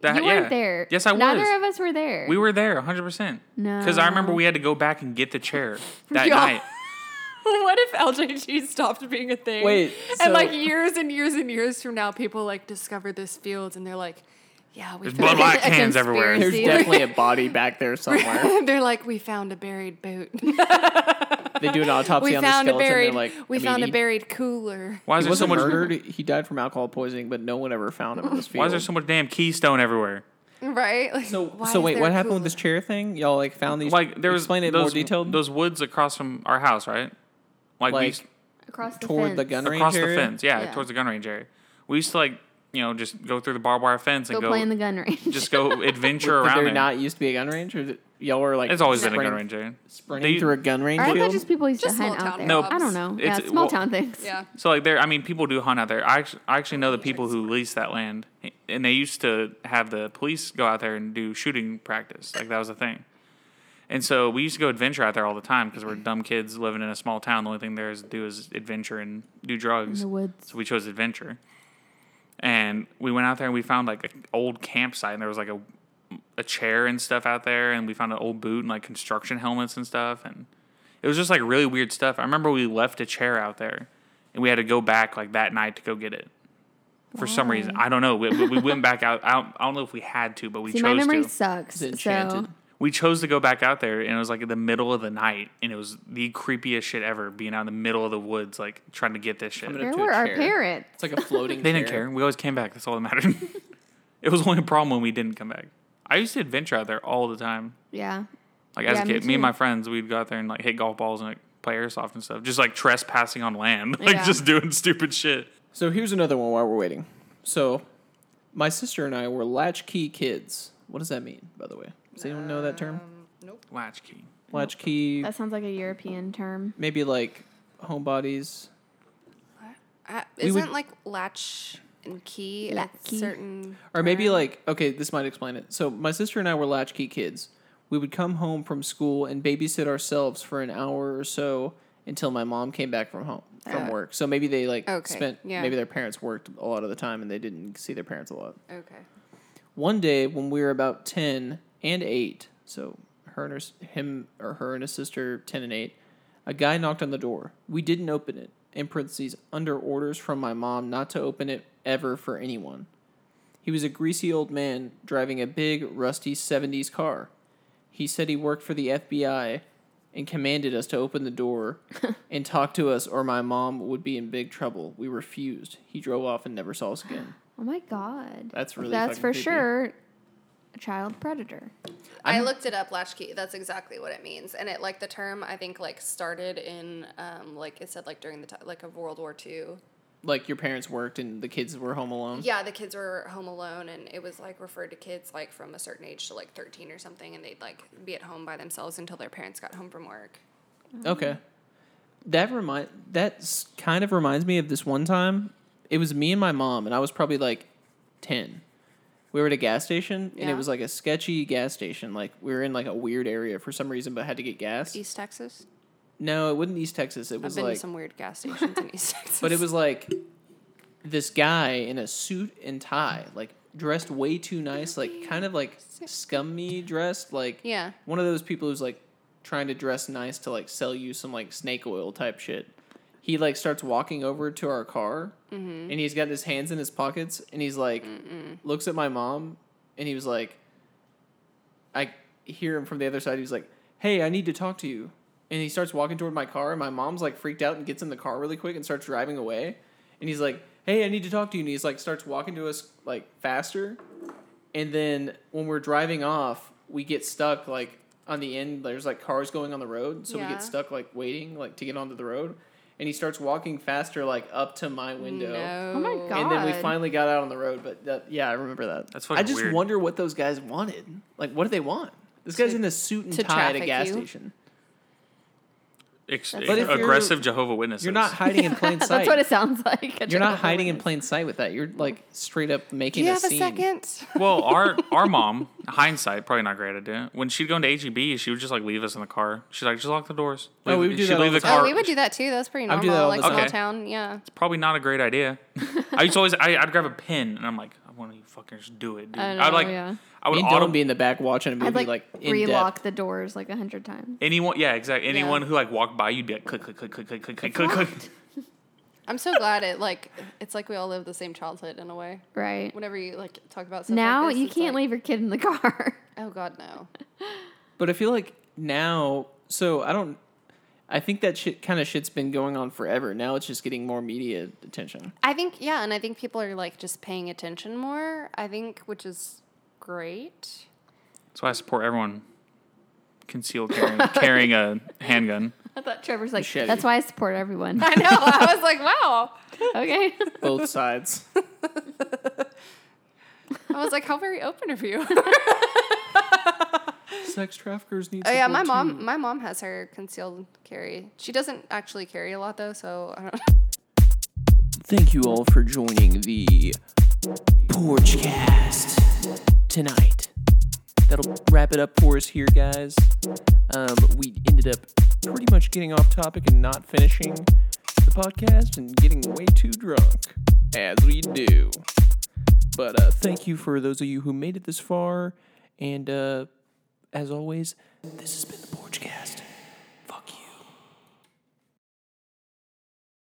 S3: That-
S4: you weren't
S3: yeah.
S4: there.
S3: Yes, I was.
S4: Neither of us were there.
S3: We were there, hundred percent.
S4: No.
S3: because I remember we had to go back and get the chair that
S1: Yeah.
S3: night.
S1: what if LJG stopped being a thing?
S2: Wait, so-
S1: and like years and years and years from now, people like discover this field and they're like, "Yeah, we
S3: There's
S1: found
S3: Bud Light
S1: a
S3: cans everywhere.
S2: There's
S1: conspiracy."
S4: See?
S2: definitely a body back there somewhere.
S1: they're like, "We found a buried boot.
S2: They do an autopsy
S1: we
S2: on
S1: found
S2: the
S1: a
S2: skeleton.
S1: buried.
S2: they're like,
S1: we
S2: I mean,
S1: found
S2: he-
S1: a buried cooler."
S3: Why is
S2: He
S3: there so
S2: wasn't
S3: much?
S2: murdered. He died from alcohol poisoning, but no one ever found him in this field.
S3: Why is there so much damn keystone everywhere?
S1: Right? Like,
S2: So,
S1: why
S2: so
S1: is
S2: wait,
S1: there
S2: what
S1: a
S2: happened with
S1: cooler?
S2: this chair thing? Y'all like found these?
S3: Like there was
S2: explain it
S3: those,
S2: more detailed.
S3: Those woods across from our house, right? Like, we
S2: Like,
S3: used,
S4: across the
S2: toward the
S4: fence.
S2: gun range
S3: across the
S2: area?
S3: fence, yeah,
S4: Yeah.
S3: towards the gun range area. We used to like you know, just go through the barbed wire fence and
S4: Go
S3: go,
S4: play in the gun range.
S3: just go adventure
S2: Did
S3: around
S2: there
S3: there.
S2: not used to be a gun range, or did- y'all were like
S3: it's always been a
S2: sprint-
S3: gun range. dude.
S2: sprinting
S3: They-
S2: through a gun range
S4: Or I thought
S2: field?
S4: just people used
S1: Just
S4: to hunt
S1: small
S4: out there.
S1: town
S3: Nope.
S4: I don't know. Yeah,
S3: It's-
S4: small
S3: well-
S4: town things.
S1: Yeah.
S3: So like there, I mean, people do hunt out there. I actually, I actually know the people who lease that land, and they used to have the police go out there and do shooting practice. Like that was a thing. And so we used to go adventure out there all the time because we're dumb kids living in a small town. The only thing there is to do is adventure and do drugs.
S4: the woods.
S3: So we chose adventure, and we went out there and we found like an old campsite, and there was like a a chair and stuff out there, and we found an old boot and like construction helmets and stuff, and it was just like really weird stuff. I remember we left a chair out there, and we had to go back like that night to go get it. For some reason, I don't know. We, we we went back out. I don't, I don't know if we had to, but we
S4: See,
S3: chose
S4: my memory
S3: to.
S4: sucks.
S2: It's
S4: So
S2: enchanted.
S3: We chose to go back out there, and it was like in the middle of the night, and it was the creepiest shit ever. Being out in the middle of the woods, like trying to get this shit.
S2: Coming up
S4: where
S2: to a
S4: were our
S2: chair.
S4: parrots?
S2: It's like a floating.
S3: They didn't care. We always came back. That's all that mattered. it was only a problem when we didn't come back. I used to adventure out there all the time.
S4: Yeah.
S3: Like as
S4: Yeah,
S3: a
S4: me
S3: kid, me, and
S4: too.
S3: my friends, we'd go out there and like hit golf balls and like play airsoft and stuff. Just like trespassing on land, like
S4: Yeah.
S3: just doing stupid shit.
S2: So here's another one while we're waiting. So my sister and I were latchkey kids. What does that mean, by the way? Does anyone know that term?
S1: Um,
S3: Latchkey.
S2: Latchkey,
S4: That sounds like a European term.
S2: maybe like homebodies.
S1: Uh,
S2: We
S1: isn't
S2: would-
S1: like latch and key
S4: Latch
S1: a
S4: key.
S1: certain
S2: Or maybe
S1: term?
S2: like, okay, this might explain it. So my sister and I were latchkey kids. We would come home from school and babysit ourselves for an hour or so until my mom came back from home from
S1: Uh,
S2: work. So maybe they like
S1: okay,
S2: spent
S1: yeah.
S2: maybe their parents worked a lot of the time and they didn't see their parents a lot.
S1: okay.
S2: One day when we were about 10 and 8, so her and her, s- him or her and his sister 10 and 8, a guy knocked on the door. We didn't open it. In parentheses, under orders from my mom not to open it ever for anyone. He was a greasy old man driving a big, rusty 70s car. He said he worked for the FBI and commanded us to open the door and talk to us, or my mom would be in big trouble. We refused. He drove off and never saw us again.
S4: Oh my god.
S2: That's really
S4: That's
S2: fucking
S4: for
S2: creepy.
S4: sure a child predator.
S1: i looked it up, latchkey. That's exactly what it means, and it like the term I think like started in um like it said like during the ti like of World War II.
S2: like your parents worked and the kids were home alone.
S1: Yeah, the kids were home alone, and it was like referred to kids like from a certain age to like thirteen or something, and they'd like be at home by themselves until their parents got home from work.
S2: Mm-hmm. Okay. That remind that's kind of reminds me of this one time. It was me and my mom and I was probably like 10. We were at a gas station and
S1: Yeah.
S2: it was like a sketchy gas station. Like we were in like a weird area for some reason but had to get gas.
S1: East Texas.
S2: No, it wasn't East Texas. It
S1: I've
S2: was
S1: been
S2: like
S1: to some weird gas stations in East Texas.
S2: But it was like this guy in a suit and tie, like dressed way too nice, like kind of like scummy dressed, like
S1: Yeah.
S2: one of those people who's like trying to dress nice to like sell you some like snake oil type shit. He like starts walking over to our car, and he's got his hands in his pockets, and he's like looks at my mom, and he was like, I hear him from the other side. He's like, "Hey, I need to talk to you." And he starts walking toward my car, and my mom's like freaked out and gets in the car really quick and starts driving away. And he's like, "Hey, I need to talk to you." And he's like starts walking to us like faster. And then when we're driving off, we get stuck like on the end. There's like cars going on the road, so we
S1: Yeah.
S2: get stuck like waiting like to get onto the road. And he starts walking faster like up to my window.
S1: No.
S4: Oh my god.
S2: And then we finally got out on the road, but that, yeah, I remember that.
S3: That's fucking
S2: I just
S3: weird.
S2: wonder what those guys wanted. Like, what do they want? This guy's
S1: To-
S2: in a suit and
S1: to
S2: tie at a
S1: traffic
S2: gas
S1: you?
S2: station.
S3: Ex-
S2: But if you're-
S3: aggressive Jehovah Witnesses.
S2: You're not hiding in plain sight.
S4: That's what it sounds like. a
S2: You're not
S4: child
S2: hiding in
S4: predator.
S2: plain sight with that. You're like straight up making
S1: Do you
S2: a
S1: have
S2: scene.
S1: a second?
S3: well, our our mom, hindsight, probably not great idea. When she'd go into HEB, she would just like leave us in the car. She's like, just lock the doors.
S2: Oh,
S3: Leave-
S2: we would do
S3: she'd
S2: that all
S3: leave
S2: the
S3: the
S2: time.
S3: car.
S1: Oh, we would do that too. That's pretty
S2: I
S1: normal.
S2: do that all
S1: like
S2: the
S1: small
S3: time.
S1: town. Yeah.
S3: probably not a great idea. I used to always I, I'd grab a pen and I'm like, I want you fuckers do it, dude.
S4: I
S3: would
S4: know,
S3: like
S4: yeah.
S3: I would
S2: And
S3: auto
S2: don't be in the back watching a movie
S4: I'd like,
S2: like, in
S4: relock
S2: depth.
S4: the doors like a hundred times.
S3: anyone yeah, exactly. Anyone who like walked by you'd be like click click click click click click click click click.
S1: I'm so glad it like it's like we all live the same childhood in a way.
S4: Right.
S1: Whenever you like talk about stuff like
S4: Now
S1: this,
S4: you
S1: it's
S4: can't
S1: like,
S4: leave your kid in the car.
S1: Oh God, no.
S2: But I feel like now, so I don't. I think that shit kind of shit's been going on forever. Now it's just getting more media attention.
S1: I think yeah, and I think people are like just paying attention more. I think which is great.
S3: That's why I support everyone concealed carrying, carrying a handgun.
S4: I thought Trevor's like,
S2: Machete.
S4: that's why I support everyone.
S1: I know. I was like, wow.
S4: okay.
S2: Both sides.
S1: I was like, how very open of you.
S2: Sex traffickers need.
S1: Oh yeah, my
S2: support,
S1: mom.
S2: too.
S1: My mom has her concealed carry. She doesn't actually carry a lot though, so I don't.
S2: Thank you all for joining the Porchcast tonight. That'll wrap it up for us here, guys. Um, we ended up pretty much getting off topic and not finishing the podcast and getting way too drunk, as we do. But uh, thank you for those of you who made it this far. And uh, as always, this has been the